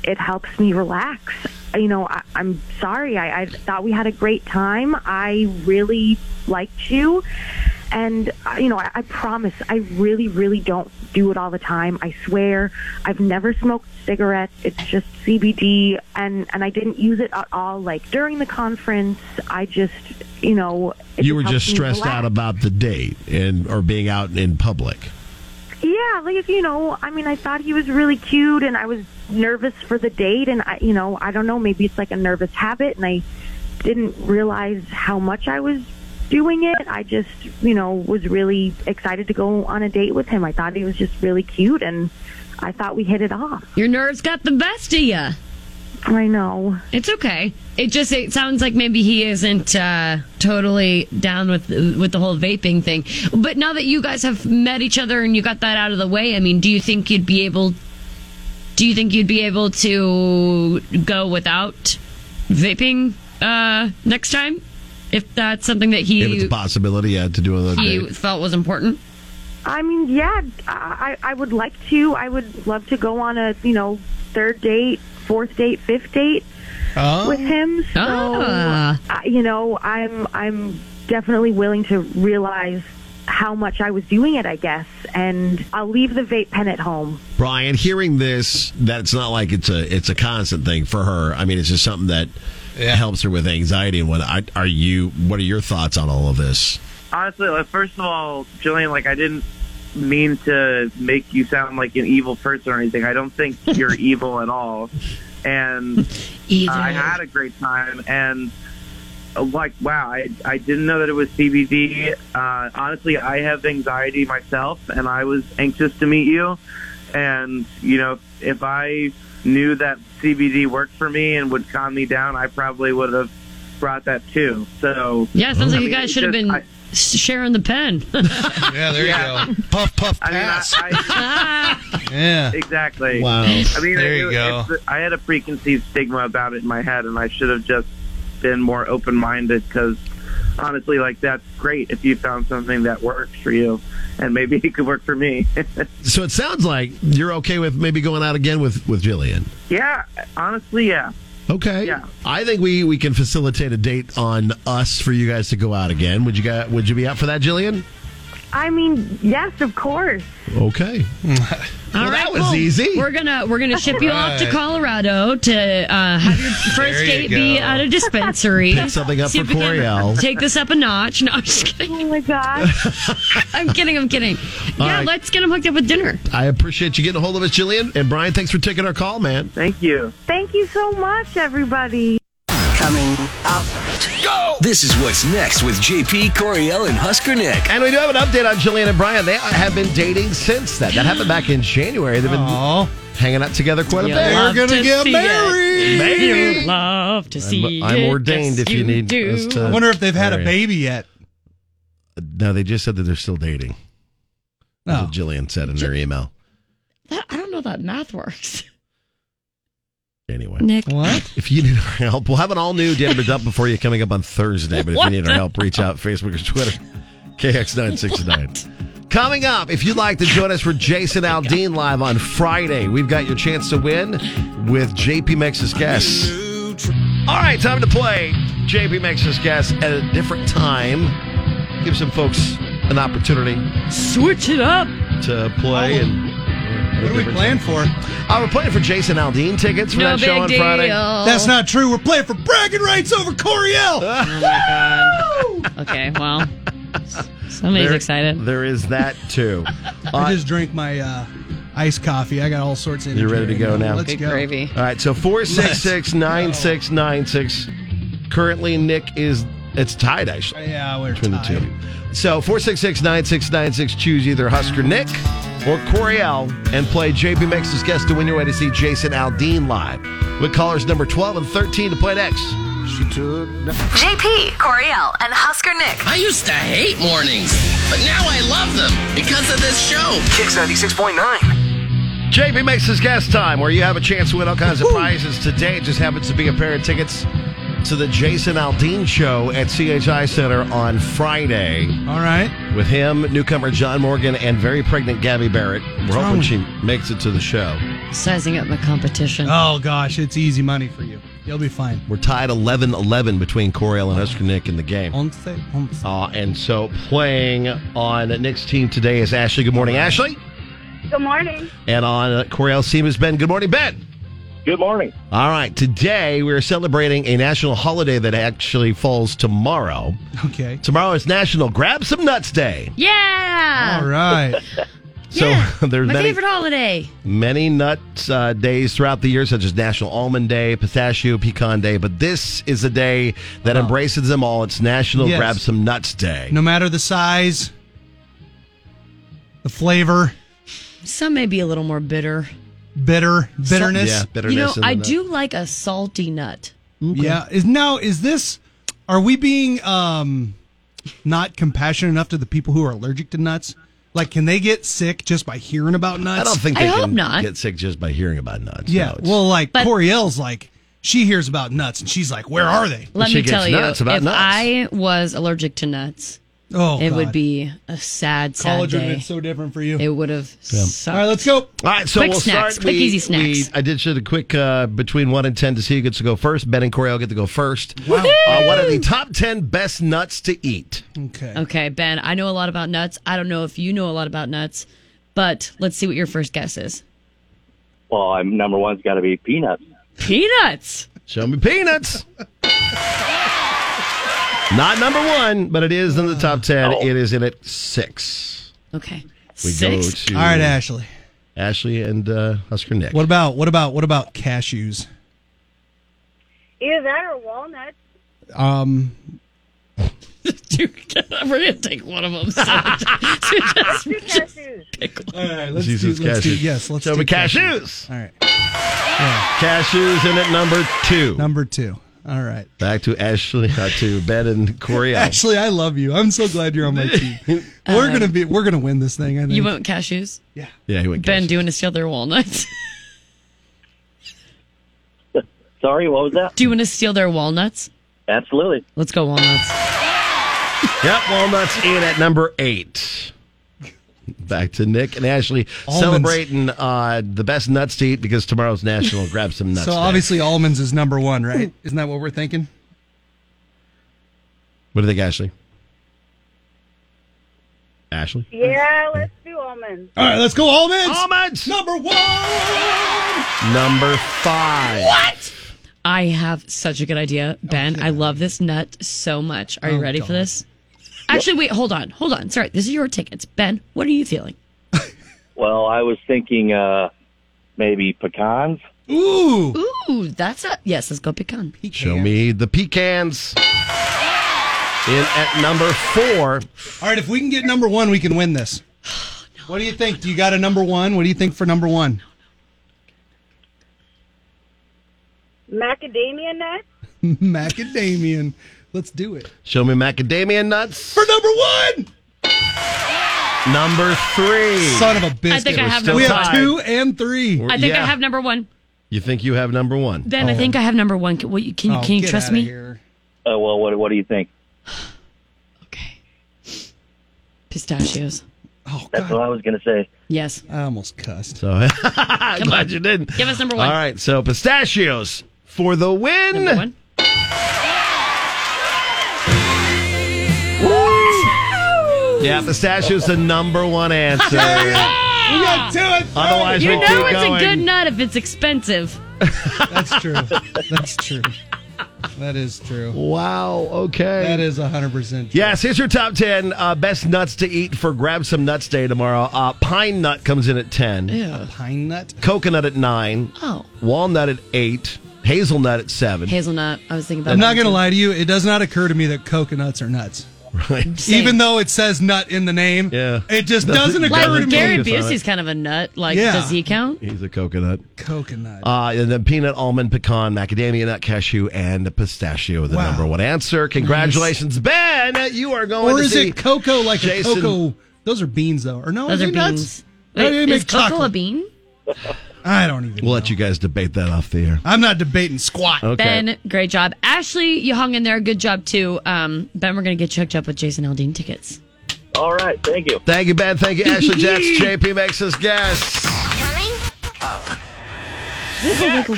it helps me relax. You know, I, I'm sorry. I, I thought we had a great time. I really liked you. And, uh, you know, I, I promise I really, really don't do it all the time. I swear. I've never smoked cigarettes. It's just CBD. And, and I didn't use it at all, like, during the conference. I just, you know. it you were helps just me stressed relax. out about the date and or being out in public. Yeah, like you know, I mean, I thought he was really cute, and I was nervous for the date, and I, you know, I don't know, maybe it's like a nervous habit, and I didn't realize how much I was doing it. I just, you know, was really excited to go on a date with him. I thought he was just really cute, and I thought we hit it off. Your nerves got the best of you. I know. It's okay. It just it sounds like maybe he isn't uh, totally down with with the whole vaping thing. But now that you guys have met each other and you got that out of the way, I mean, do you think you'd be able? Do you think you'd be able to go without vaping uh, next time if that's something that if it's he a possibility, yeah, to do another he date. felt was important? I mean, yeah, I, I would like to. I would love to go on a, you know, third date, fourth date, fifth date Oh. with him. So, Ah. I, you know, I'm I'm definitely willing to realize how much I was doing it, I guess, and I'll leave the vape pen at home. Brian, hearing this, that it's not like it's a it's a constant thing for her. I mean, it's just something that helps her with anxiety and what. I, are you? What are your thoughts on all of this? honestly, like, first of all, Jillian, like I didn't mean to make you sound like an evil person or anything. I don't think you're evil at all, and uh, Evil. I had a great time. And uh, like, wow, I I didn't know that it was CBD. Uh, honestly, I have anxiety myself, and I was anxious to meet you. And you know, if I knew that CBD worked for me and would calm me down, I probably would have brought that too. So Yeah, it sounds I like Oh. mean, you guys it's should have just- been sharing the pen. yeah, there you go. Puff, puff, pass. Yeah. exactly. Wow. I mean, There it- you go. it's- I had a preconceived stigma about it in my head, and I should have just been more open minded because honestly, like, that's great if you found something that works for you, and maybe it could work for me. So it sounds like you're okay with maybe going out again with with Jillian. yeah, honestly, yeah. Okay. Yeah. I think we we can facilitate a date on us for you guys to go out again. Would you guys, Would you be out for that, Jillian? I mean, yes, of course. Okay. All Well, right, that was easy. We're gonna we're gonna ship you off to Right. Colorado to uh, have your first There you date be go. at a dispensary. Pick something up See for if we can Coriel. Take this up a notch. No, I'm just kidding. Oh my gosh. I'm kidding. I'm kidding. All yeah, right. let's get him hooked up with dinner. I appreciate you getting a hold of us, Jillian. And Brian, thanks for taking our call, man. Thank you. Thank you so much, everybody. Coming up. Go! This is what's next with JP Coriel and Husker Nick. And we do have an update on Jillian and Brian. They have been dating since that. That happened back in January. They've been Oh, hanging out together quite a You bit. love to see it. Maybe. You love to see I'm it. ordained Yes, if you need do. us to- I wonder if they've had a Sorry. baby yet. No, they just said that they're still dating. That's Oh. what Jillian said in her email. That- I don't know that math works. Anyway. Nick. What? If you need our help, we'll have an all new Dan Dump before you coming up on Thursday. But if you What need the- our help, reach out Facebook or Twitter. KX969. Coming up, if you'd like to join us for Jason Aldean live on Friday, we've got your chance to win with JP Max's Guess. All right, time to play JP Max's Guess at a different time. Give some folks an opportunity. Switch it up. To play and. What are we playing for? Oh, we're playing for Jason Aldean tickets for that show on Friday. That's not true. We're playing for bragging rights over Coriel. Oh Okay, well, somebody's There- excited. There is that too. I Uh, just drank my uh, iced coffee. I got all sorts of. you energy ready to right go now? Let's go. All right, so four six six nine six nine six. Currently, Nick is it's tied actually. Yeah, we're between the two. of you. So four six six nine six nine six. Choose either Husker Nick or Coriel and play JP Mix's guest to win your way to see Jason Aldean live. With callers number twelve and thirteen to play next. She took. JP, Coriel, and Husker Nick. I used to hate mornings, but now I love them because of this show. Kicks 96.9. JP makes his guest time where you have a chance to win all kinds of prizes today. It just happens to be a pair of tickets to the Jason Aldean show at CHI Center on Friday. All right. With him, newcomer John Morgan, and very pregnant Gabby Barrett. We're hoping wrong with she makes it to the show. Sizing up my competition. Oh gosh, it's easy money for you. You'll be fine. We're tied 11 11 between Coriel and Husker Nick in the game. Uh, and so playing on Nick's team today is Ashley. Good morning, Ashley. Good morning. And on uh, Coriel's team is Ben. Good morning, Ben. Good morning. All right, today we're celebrating a national holiday that actually falls tomorrow. Okay. Tomorrow is National Grab Some Nuts Day. Ah. Yeah. so there's my many favorite holiday. many nut uh, days throughout the year, such as National Almond Day, Pistachio Pecan Day, but this is a day that embraces them all. It's National Yes. Grab Some Nuts Day. No matter the size, the flavor, Some may be a little more bitter. bitter, bitterness. Yeah, you know, I do like a salty nut. Yeah. Is now is this are we being um not compassionate enough to the people who are allergic to nuts? Like can they get sick just by hearing about nuts? I don't think they can get sick just by hearing about nuts. yeah. well, like Coriel's like she hears about nuts and she's like, "Where are they?" Let me tell you, if I was allergic to nuts, Oh, it would God. be a sad, sad College would have day. been so different for you. It would have. All right, let's go. All right, so Quick we'll snacks, start. quick we- easy snacks. we- I did shoot a quick uh, between one and ten to see who gets to go first. Ben and Coriel get to go first. Wow. Uh, what are the top ten best nuts to eat? Okay. Okay, Ben, I know a lot about nuts. I don't know if you know a lot about nuts, but let's see what your first guess is. Well, I'm, number one's got to be peanuts. Peanuts. Show me peanuts. Not number one, but it is in the top ten. It is in at six. Okay. We Six? go to All right, Ashley. Ashley and uh, Husker Nick. What about what about what about cashews? Either that or walnuts. Um We're gonna take one of them. So just, just pick one. All right, let's Jesus, do- let's do- cashews. yes, let's Show do me cashews. All right. Cashews in at number two. Number two. All right. Back to Ashley, uh, to Ben and Coriel. Ashley, I love you. I'm so glad you're on my team. Uh, we're Um, gonna be we're gonna win this thing. I think. You want cashews? Yeah. Yeah, he went. Ben, do you want to steal their walnuts? Sorry, what was that? Do you want to steal their walnuts? Absolutely. Let's go walnuts. Yep, walnuts in at number eight. Back to Nick and Ashley Almonds. celebrating uh, the best nuts to eat because tomorrow's National Grab Some Nuts. so Day. obviously almonds is number one, right? Isn't that what we're thinking? what do you think, Ashley? Ashley, Yeah, let's do almonds. All right, let's go almonds. Almonds number one. number five. What? I have such a good idea, Ben. I love this nut so much. Are you Oh, ready for God. this? Actually, wait, hold on. Hold on. Sorry, this is your tickets. Ben, what are you feeling? Well, I was thinking uh, maybe pecans. Ooh. Ooh, that's a yes, let's go pecan. Show me the pecans. In at number four. All right, if we can get number one, we can win this. What do you think? Do you got a number one? What do you think for number one? Macadamia nuts. Macadamian. Let's do it. Show me macadamia nuts. For number one! Number three. Son of a bitch. I think I have We number have one. two and three. I think I have number one. You think you have number one? Ben, I think I have number one. Can, what, you- can, Oh, you- can you trust me? Uh, well, what, what do you think? Pistachios. Oh, That's what I was going to say. Yes. I almost cussed. So Come glad on. you didn't. Give us number one. All right, so pistachios for the win. Number one. Yeah, pistachios the number one answer. We got two and three. Otherwise, you we know keep it's going. a good nut if it's expensive. That's true. That's true. That is true. Wow. Okay. That is 100% true. Yes, here's your top 10 uh, best nuts to eat for Grab Some Nuts Day tomorrow. Uh, pine nut comes in at 10. A pine nut? Coconut at 9. Oh. Walnut at 8. Hazelnut at 7. Hazelnut. I was thinking about I'm that not going to too. lie to you. It does not occur to me that coconuts are nuts. Right. Even though it says nut in the name, yeah. it just doesn't, occur to Like me. Gary Busey's kind of a nut. Like, Yeah. does he count? He's a coconut. Coconut. Uh, and then peanut, almond, pecan, macadamia nut, cashew, and pistachio, the Wow. number one answer. Congratulations, Ben. You are going Or to is see it cocoa like Jason- a cocoa? Those are beans, though. Or no, Those they are nuts? beans. No, Wait, they is make cocoa a chocolate. bean? I don't even. We'll let you guys debate that off the air. I'm not debating squat. Okay. Ben, great job. Ashley, you hung in there. Good job, too. Um, ben, we're going to get you hooked up with Jason Aldean tickets. All right. Thank you. Thank you, Ben. Thank you, Ashley. That's JP makes us guess.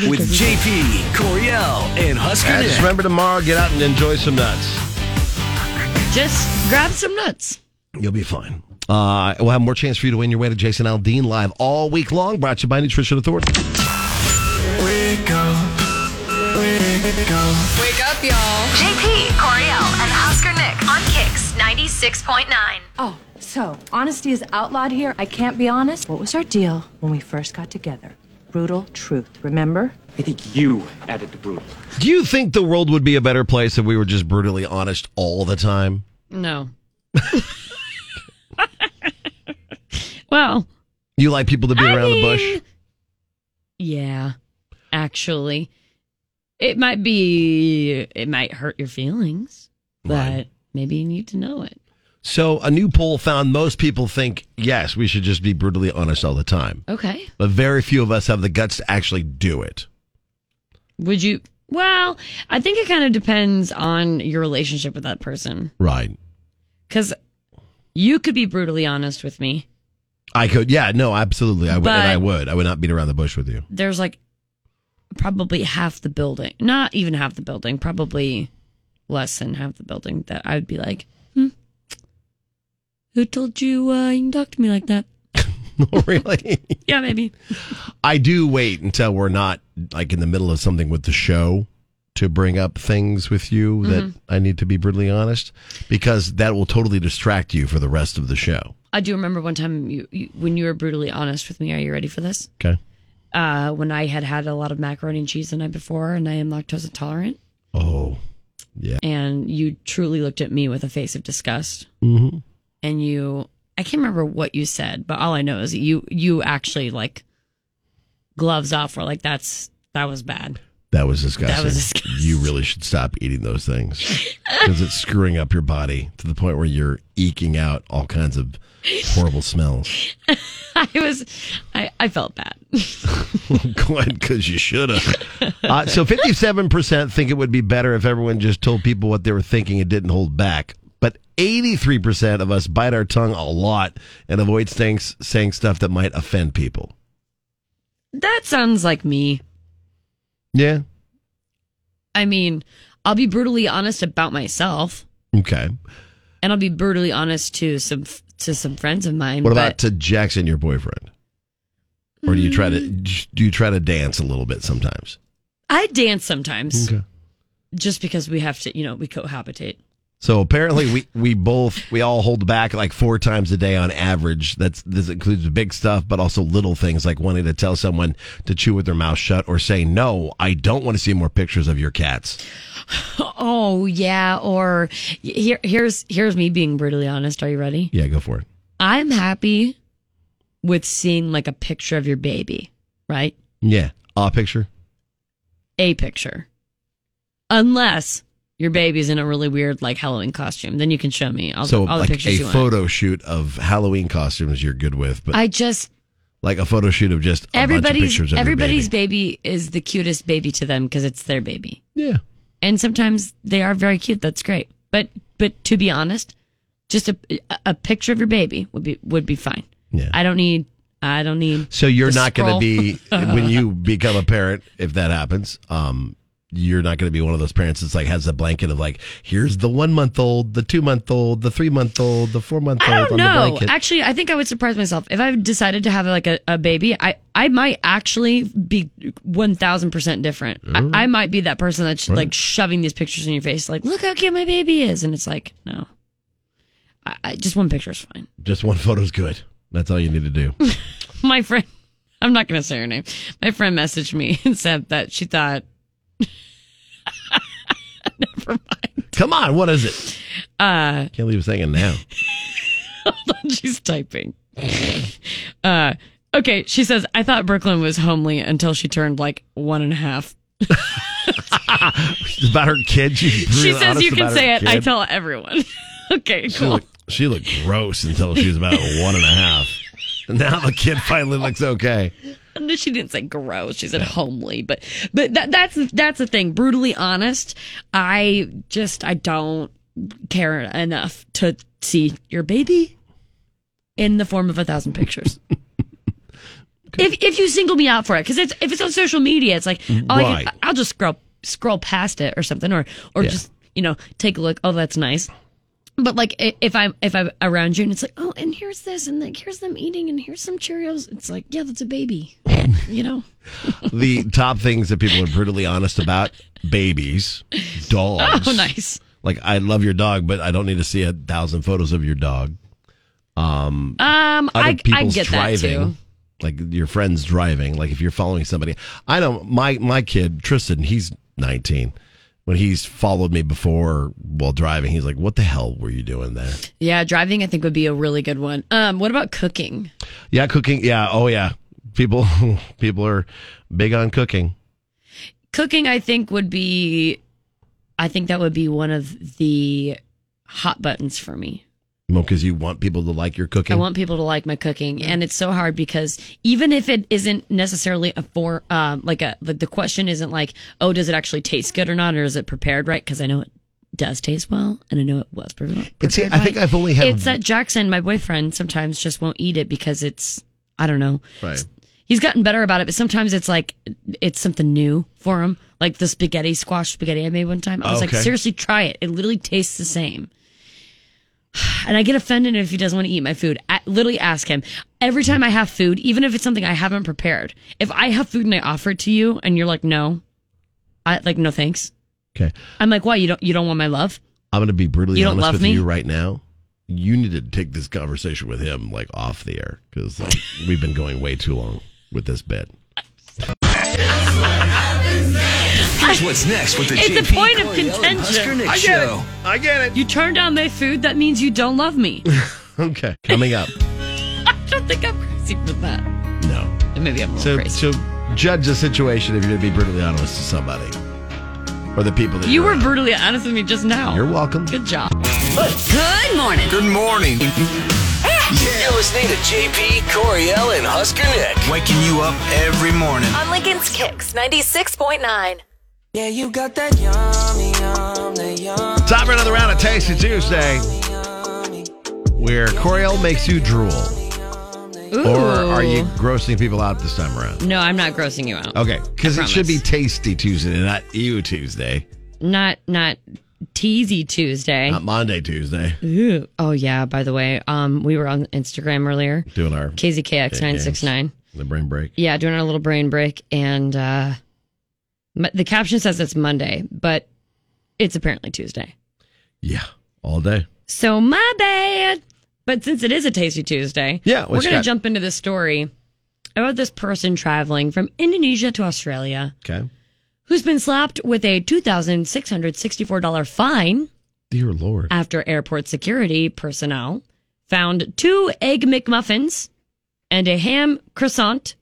With JP, Coriel, and Husker And Nick. just remember tomorrow, get out and enjoy some nuts. Just grab some nuts. You'll be fine. Uh, we'll have more chance for you to win your way to Jason Aldean live all week long. Brought to you by Nutrition Authority. Wake up. Wake up. Wake up, y'all. JP, Coriel, and Husker Nick on Kicks 96.9. Oh, so honesty is outlawed here. I can't be honest. What was our deal when we first got together? Brutal truth, remember? I think you added the brutal. Do you think the world would be a better place if we were just brutally honest all the time? No. well, You like people to be I around the bush? mean, yeah, actually. It might be, it might hurt your feelings, but maybe you need to know it. So, a new poll found most people think, yes, we should just be brutally honest all the time. Okay. But very few of us have the guts to actually do it. Would you? Well, I think it kind of depends on your relationship with that person. Right. Because you could be brutally honest with me. I could, yeah, no, absolutely. I would, and I But- would. I would not beat around the bush with you. There's like probably half the building, not even half the building, probably less than half the building that I would be like, hmm, who told you uh, you can talk to me like that? really? yeah, maybe. I do wait until we're not like in the middle of something with the show to bring up things with you that Mhm. I need to be brutally honest because that will totally distract you for the rest of the show. I do remember one time you, you when you were brutally honest with me. Are you ready for this? Okay. Uh, when I had had a lot of macaroni and cheese the night before, and I am lactose intolerant. Oh, yeah. And you truly looked at me with a face of disgust, Mm-hmm. and you. I can't remember what you said, but all I know is that you you actually like gloves off. Were like that's that was bad. That was disgusting. That was disgusting. You really should stop eating those things because it's screwing up your body to the point where you're eking out all kinds of horrible smells. I was I I felt bad. Good, because you should have. Uh, so 57% think it would be better if everyone just told people what they were thinking and didn't hold back. But 83% of us bite our tongue a lot and avoid saying, saying stuff that might offend people. That sounds like me. Yeah. I mean, I'll be brutally honest about myself. Okay. and I'll be brutally honest to some to some friends of mine. What but about to Jackson, your boyfriend? Or do you try to do you try to dance a little bit sometimes? I dance sometimes, just because we have to, you know, we cohabitate. So apparently we, we both we all hold back like four times a day on average. That's this includes the big stuff, but also little things like wanting to tell someone to chew with their mouth shut or say no. I don't want to see more pictures of your cats. Oh yeah, or here here's here's me being brutally honest. Are you ready? Yeah, go for it. I'm happy with seeing like a picture of your baby, right? Yeah, a picture. A picture, unless your baby's in a really weird like Halloween costume. Then you can show me all, so the, all like the pictures a you want. photo shoot of Halloween costumes you're good with, but I just like a photo shoot of just a bunch of everybody's pictures of your everybody's baby. baby. is the cutest baby to them because it's their baby. Yeah. And sometimes they are very cute. That's great. But but to be honest, just a a picture of your baby would be would be fine. Yeah. I don't need I don't need So you're the not going to scroll. be when you become a parent, if that happens. Um, you're not going to be one of those parents that's like has a blanket of like, here's the one month old, the two month old, the three month old, the four month I old on don't the know. blanket. Actually, I think I would surprise myself if I decided to have like a, a baby. I, I might actually be one thousand percent different. Mm. I, I might be that person that's Right. like shoving these pictures in your face, like look how cute my baby is, and it's like no, I, I, just one picture is fine. Just one photo's good. That's all you need to do. my friend i'm not gonna say her name my friend messaged me and said that she thought Come on, what is it? uh Can't leave us hanging now. hold on she's typing uh okay she says i thought brooklyn was homely until she turned like one and a half It's about her kid. She's she brutally says honest you can about her say it i kid. tell everyone okay she cool looked, she looked gross until she was about one and a half. Now the kid finally looks okay. no, she didn't say gross. She said homely, but but that, that's that's the thing. Brutally honest. I just I don't care enough to see your baby in the form of a thousand pictures. If if you single me out for it, because it's if it's on social media, it's like all I Right. can, I'll just scroll scroll past it or something, or or Yeah. just you know take a look. Oh, that's nice. But like i- if I'm if I'm around you and it's like oh and here's this and like here's them eating and here's some Cheerios, it's like yeah that's a baby, you know. the top things that people are brutally honest about babies, dogs. Oh, nice. Like, I love your dog, but I don't need to see a thousand photos of your dog. Um, Um, other I- I people's get that, driving. too. Like your friends driving, like if you're following somebody, I know my my kid Tristan, he's 19. When he's followed me before while driving, he's like, "What the hell were you doing there?" Yeah, driving I think would be a really good one. Um, what about cooking? Yeah, cooking. Yeah, oh yeah, people people are big on cooking. Cooking I think would be, I think that would be one of the hot buttons for me. Well, because you want people to like your cooking. I want people to like my cooking, and it's so hard because even if it isn't necessarily a for um, like a like the question isn't like oh does it actually taste good or not or is it prepared right because I know it does taste well and I know it was pre- prepared. It's- I think right. I've only had- It's that Jackson, my boyfriend, sometimes just won't eat it because it's I don't know. Right. He's gotten better about it, but sometimes it's like it's something new for him, like the spaghetti squash spaghetti I made one time. I was Okay. like, seriously, try it. It literally tastes the same. And I get offended if he doesn't want to eat my food. I literally ask him every time I have food, even if it's something I haven't prepared. If I have food and I offer it to you, and you're like, no, I like no thanks. Okay. I'm like, why you don't you don't want my love? I'm going to be brutally You don't honest love with me? you right now. You need to take this conversation with him like off the air because like, we've been going way too long with this bit. Here's what's next with the It's JP a point of Coriel and Husker contention. Nick show. I get it. You turn down my food, that means you don't love me. Okay, coming up. I don't think I'm crazy for that. No, maybe I'm so so judge the situation if you're going to be brutally honest to somebody or the people that You you're were brutally honest with me just now. You're welcome. Good job. Good morning. Good morning. You're listening to JP Coriel and Husker Nick. Waking you up every morning. On Lincoln's Kicks 96.9. Yeah, you got that Time for another round of Tasty Tuesday, where Coriel makes you drool, Ooh. or are you grossing people out this time around? No, I'm not grossing you out. Okay, because I it should be promise. Tasty Tuesday, and not you Tuesday, not not teasy Tuesday. not Monday Tuesday. Ooh. Oh yeah. By the way, um, we were on Instagram earlier. Doing our KZKX nine six nine. The brain break. Yeah, doing our little brain break, and uh, m- the caption says it's Monday, but it's apparently Tuesday. Yeah, all day. So my bad. But since it is a Tasty Tuesday, Yeah, we're what's gonna got- jump into this story about this person traveling from Indonesia to Australia Okay. who's been slapped with a two thousand six hundred sixty four dollar fine. Dear Lord. after airport security personnel found two egg McMuffins and a ham croissant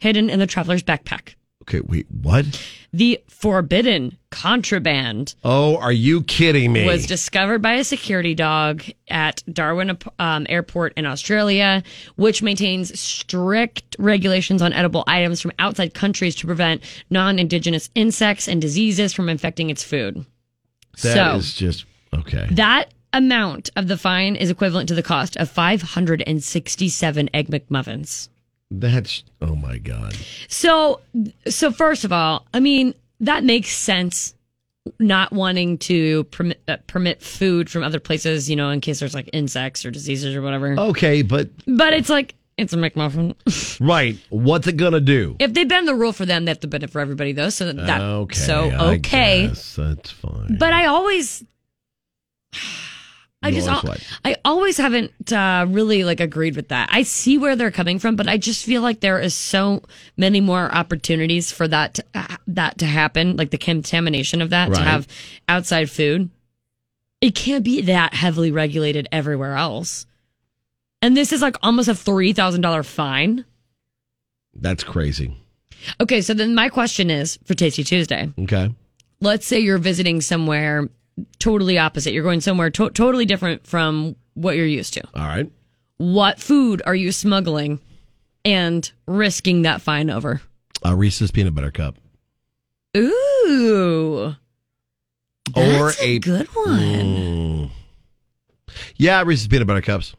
hidden in the traveler's backpack. Okay, wait, what? The forbidden contraband Oh, are you kidding me? was discovered by a security dog at Darwin um, Airport in Australia, which maintains strict regulations on edible items from outside countries to prevent non indigenous insects and diseases from infecting its food. That so, is just okay. that amount of the fine is equivalent to the cost of 567 egg McMuffins. That's oh my god. So, so first of all, I mean that makes sense. Not wanting to permit uh, permit food from other places, you know, in case there's like insects or diseases or whatever. Okay, but But it's like it's a McMuffin. right, what's it gonna do? if they bend the rule for them, they have to bend it for everybody though. So that okay, so I okay. guess that's fine. But I always, I You just, always al- what? I always haven't uh, really like agreed with that. I see where they're coming from, but I just feel like there is so many more opportunities for that to, uh, that to happen, like the contamination of that to Right. have outside food. It can't be that heavily regulated everywhere else. And this is like almost a three thousand dollar fine. That's crazy. Okay, so then my question is for Tasty Tuesday Okay. let's say you're visiting somewhere totally opposite. You're going somewhere to- totally different from what you're used to. All right. What food are you smuggling and risking that fine over. A Reese's peanut butter cup. Ooh. That's a good one. Mm. Yeah, Reese's peanut butter cups.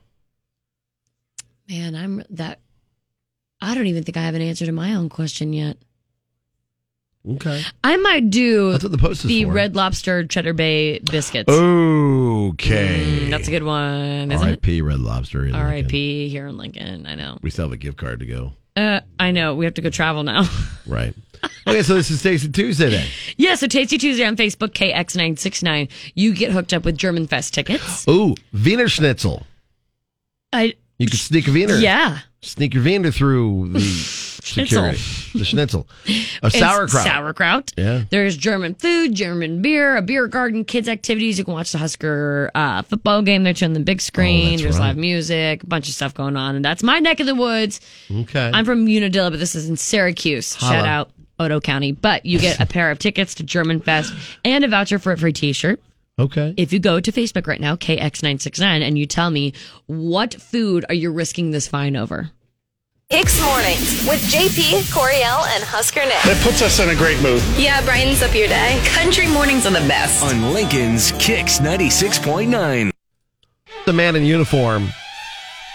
Man, I'm that. I don't even think I have an answer to my own question yet. Okay. I might do That's what the post is for. Red Lobster Cheddar Bay biscuits. Okay. Mm, that's a good one, isn't it? R.I.P. Red Lobster. in Lincoln. R.I.P. here in Lincoln. I know. We still have a gift card to go. Uh, I know. We have to go travel now. Right. okay, so this is Tasty Tuesday then. yeah, so Tasty Tuesday on Facebook, KX969. You get hooked up with German Fest tickets. Ooh, Wiener Schnitzel. I You could sneak a Wiener. Yeah. Sneak your Wiener through the security. The Schnitzel. A It's sauerkraut. Sauerkraut. Yeah. There's German food, German beer, a beer garden, kids activities. You can watch the Husker uh, football game. They're showing the big screen. Oh, that's There's right. live music, a bunch of stuff going on, and that's my neck of the woods. Okay. I'm from Unadilla, but this is in Syracuse. Shout Holla. out Odo County. But you get a pair of tickets to German Fest and a voucher for a free T-shirt. Okay. If you go to Facebook right now, KX969, and you tell me what food are you risking this fine over? Kicks Mornings with JP, Coriel, and Husker Nick. puts us in a great mood. Yeah, brightens up your day. Country mornings are the best. On Lincoln's Kicks 96.9. the man in uniform,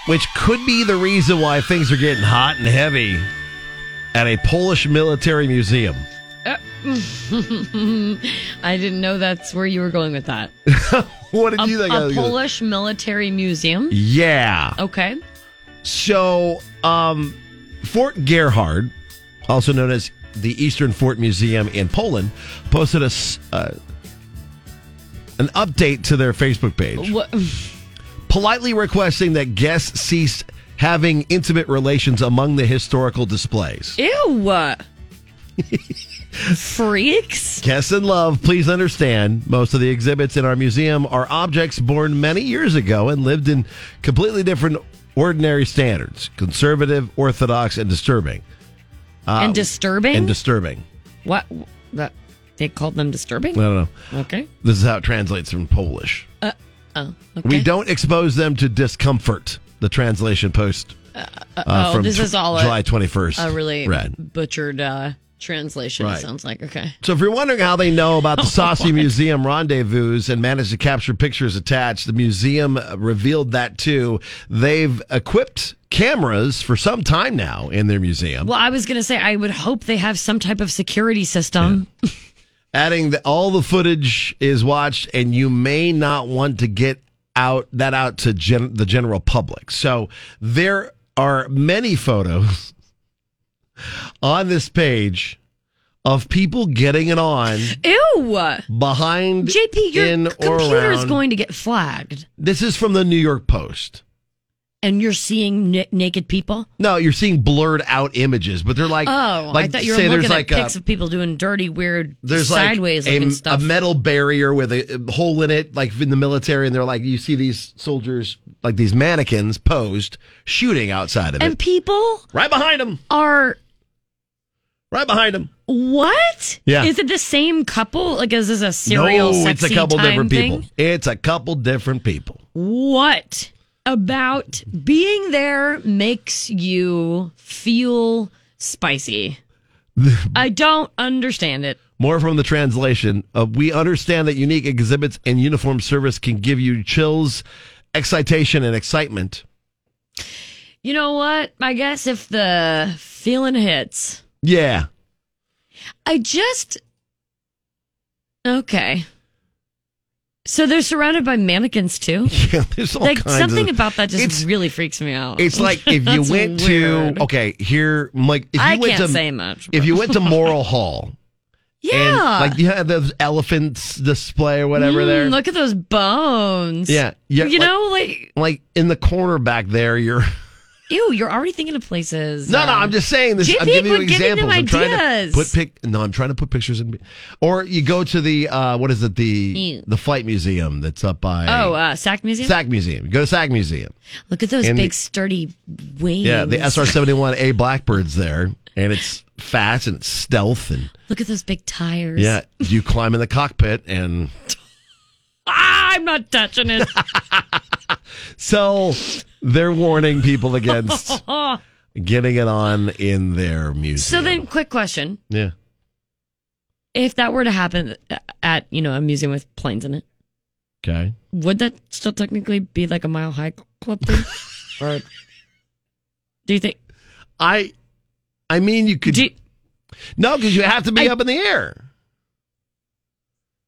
which could be the reason why things are getting hot and heavy at a Polish military museum. Uh, I didn't know that's where you were going with that. what did a, you think? I A was gonna- Polish military museum. Yeah. Okay. So, um, Fort Gerhard, also known as the Eastern Fort Museum in Poland, posted us uh, an update to their Facebook page, What? politely requesting that guests cease having intimate relations among the historical displays. Ew. Freaks. Guests in love, please understand most of the exhibits in our museum are objects born many years ago and lived in completely different ordinary standards conservative, orthodox, and disturbing. Uh, And disturbing? And disturbing. What? That they called them disturbing. I don't know. Okay. This is how it translates from Polish. Uh, oh. Okay. We don't expose them to discomfort, the translation post. Uh, uh, oh, from this tw- is all a- July 21st. A really Right. butchered uh, translation. It Right. sounds like okay. So if you're wondering how they know about the Saucy Museum rendezvous and managed to capture pictures attached, the museum revealed that too. They've equipped cameras for some time now in their museum, Well, I was gonna say I would hope they have some type of security system. adding that all the footage is watched and you may not want to get out that out to gen- the general public. So there are many photos on this page of people getting it on Ew. behind JP, your in or computer is around- going to get flagged, This is from the New York Post. and you're seeing n- naked people. No, you're seeing blurred out images, but they're like, oh, like I thought you were say looking there's at like pics a, of people doing dirty, weird, there's sideways like looking a, stuff. a metal barrier with a a hole in it, like in the military, and they're like, you see these soldiers, like these mannequins posed, shooting outside of and it, people right behind them, are right behind them. what? Yeah. Is it the same couple? Like, is this a serial no, sexy it's a couple time different thing? people. It's a couple different people. What about being there makes you feel spicy? I don't understand it. More from the translation. Uh, we understand that unique exhibits and uniform service can give you chills, excitation, and excitement. You know what? I guess if the feeling hits, Yeah. I just okay. So they're surrounded by mannequins too. Yeah, there's all like kinds something of- about that just It's- really freaks me out. It's like if you That's went weird. to okay here, Mike. If you I went can't to, say much, If you went to Morrill Hall, and yeah, like you had those elephants display or whatever Mm, there. Look at those bones. Yeah, yeah, you like- know, like like in the corner back there, you're ew, you're already thinking of places. no, no. um, I'm just saying this. JP, I'm giving you we're giving them examples. I'm trying to ideas. put pic. No, I'm trying to put pictures in. Or you go to the uh, what is it the Ew. the flight museum that's up by oh, uh, Sack Museum. SAC Museum. You go to SAC Museum. Look at those and the- big, sturdy wings. Yeah, the SR-71A Blackbird's there, and it's fast and it's stealth and. Look at those big tires. Yeah, you climb in the cockpit, and Ah, I'm not touching it. so they're warning people against getting it on in their music. Oh, So then, quick question: yeah. If that were to happen at you know a museum with planes in it, Okay. would that still technically be like a mile high club thing? or do you think? I, I mean, you could. No, because you have to be up in the air.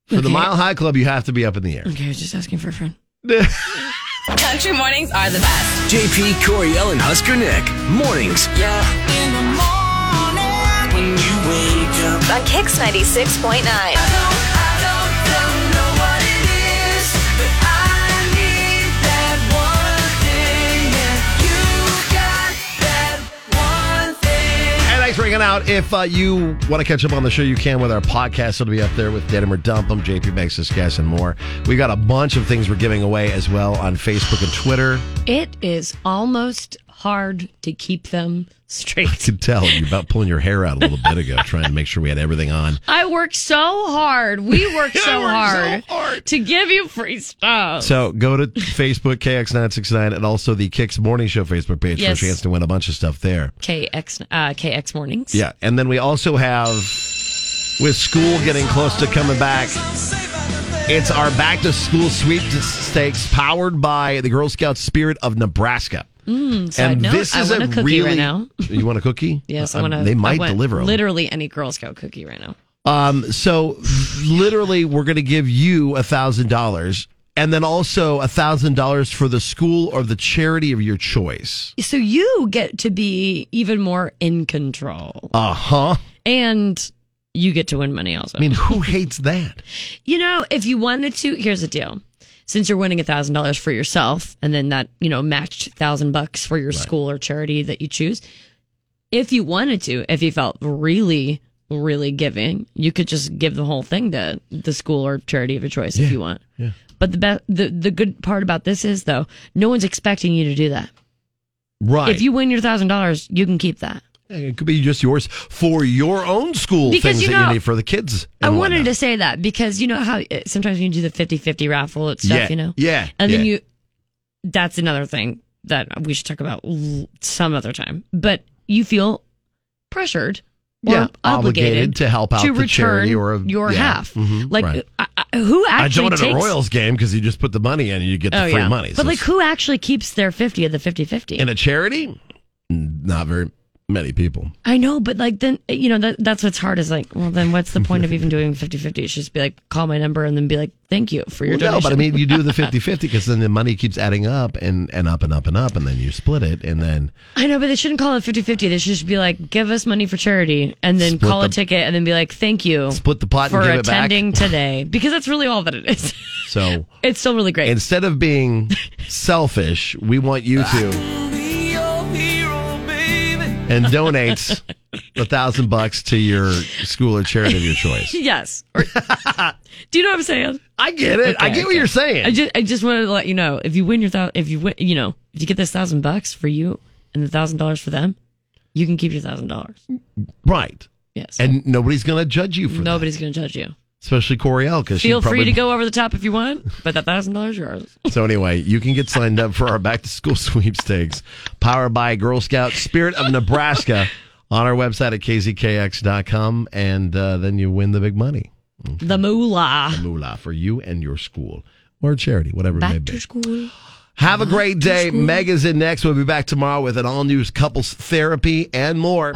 For the Okay. Mile High Club, you have to be up in the air. Okay, I was just asking for a friend. Country mornings are the best. JP Coriel and Husker Nick. Mornings. Yeah. In the morning. When you wake up. On Kix 96.9. And thanks for hanging out. If uh, you want to catch up on the show, you can with our podcast. It'll be up there with Denim or Dump 'Em, JP Makes This Guess, and more. We got a bunch of things we're giving away as well on Facebook and Twitter. It is almost hard to keep them I straight. could tell you about pulling your hair out a little bit ago, trying to make sure we had everything on. I work so hard. We work so, work hard to give you free stuff. So go to Facebook, KX969, and also the Kicks Morning Show Facebook page Yes. for a chance to win a bunch of stuff there. KX uh, KX mornings. Yeah, and then we also have with school getting close to coming back. It's our back to school sweepstakes powered by the Girl Scout Spirit of Nebraska. Mm, side note, I want a cookie right now. you want a cookie? Yes, Uh, I want to. They might deliver 'em. literally any Girl Scout cookie right now. Um, so literally, we're going to give you a thousand dollars, and then also a thousand dollars for the school or the charity of your choice. So you get to be even more in control, Uh huh. and you get to win money also. I mean, who hates that? You know, if you wanted to, here's the deal. Since you're winning thousand dollars for yourself, and then that you know matched thousand bucks for your school or charity that you choose, if you wanted to, if you felt really, really giving, you could just give the whole thing to the school or charity of your choice if you want. Yeah. But the best, the the good part about this is though, no one's expecting you to do that. Right. If you win your thousand dollars, you can keep that. it could be just yours for your own school Because, things you that know, you need for the kids. I and wanted whatnot. to say that because you know how uh, sometimes you do the 50-50 raffle and stuff, Yeah, you know? yeah, And then yeah. you that's another thing that we should talk about l- some other time. But you feel pressured or Yeah, obligated, obligated to help out to the charity return or a- your yeah, half. mhm, like right. I, I, who I actually joined at a takes- Royals game because you just put the money in and you get the Oh, free yeah. money. But So like who actually keeps their 50 of the 50-50? in a charity, not very many people. I know, but like then you know that that's what's hard is like, well then what's the point of even doing 50-50? It should just be like call my number and then be like thank you for your Well, no, donation. but I mean, you do the 50 50 because then the money keeps adding up and, and up and up and up, and then you split it, and then I know, but they shouldn't call it 50 50. They should just be like, give us money for charity and then Split call a the- ticket and then be like, thank you split the pot for and give it back. attending today. Because that's really all that it is. So it's still really great. instead of being selfish, we want you to and donate a thousand bucks to your school or charity of your choice. yes. Or- do you know what I'm saying? I get it. I get what you're saying. I just, I just wanted to let you know if you win your thousand, if you win, you know, if you get this thousand bucks for you and the thousand dollars for them, you can keep your thousand dollars. Right. Yes. And nobody's going to judge you for that, Nobody's going to judge you. especially Coriel because Feel she probably free to go over the top if you want, but that thousand dollars yours. So anyway, you can get signed up for our back to school sweepstakes powered by Girl Scout Spirit of Nebraska on our website at kzkx.com and uh, then you win the big money. The moolah. The moolah for you and your school or charity, whatever it may Back be. to school. Have a great day. Meg is in next. We'll be back tomorrow with an all news couples therapy and more.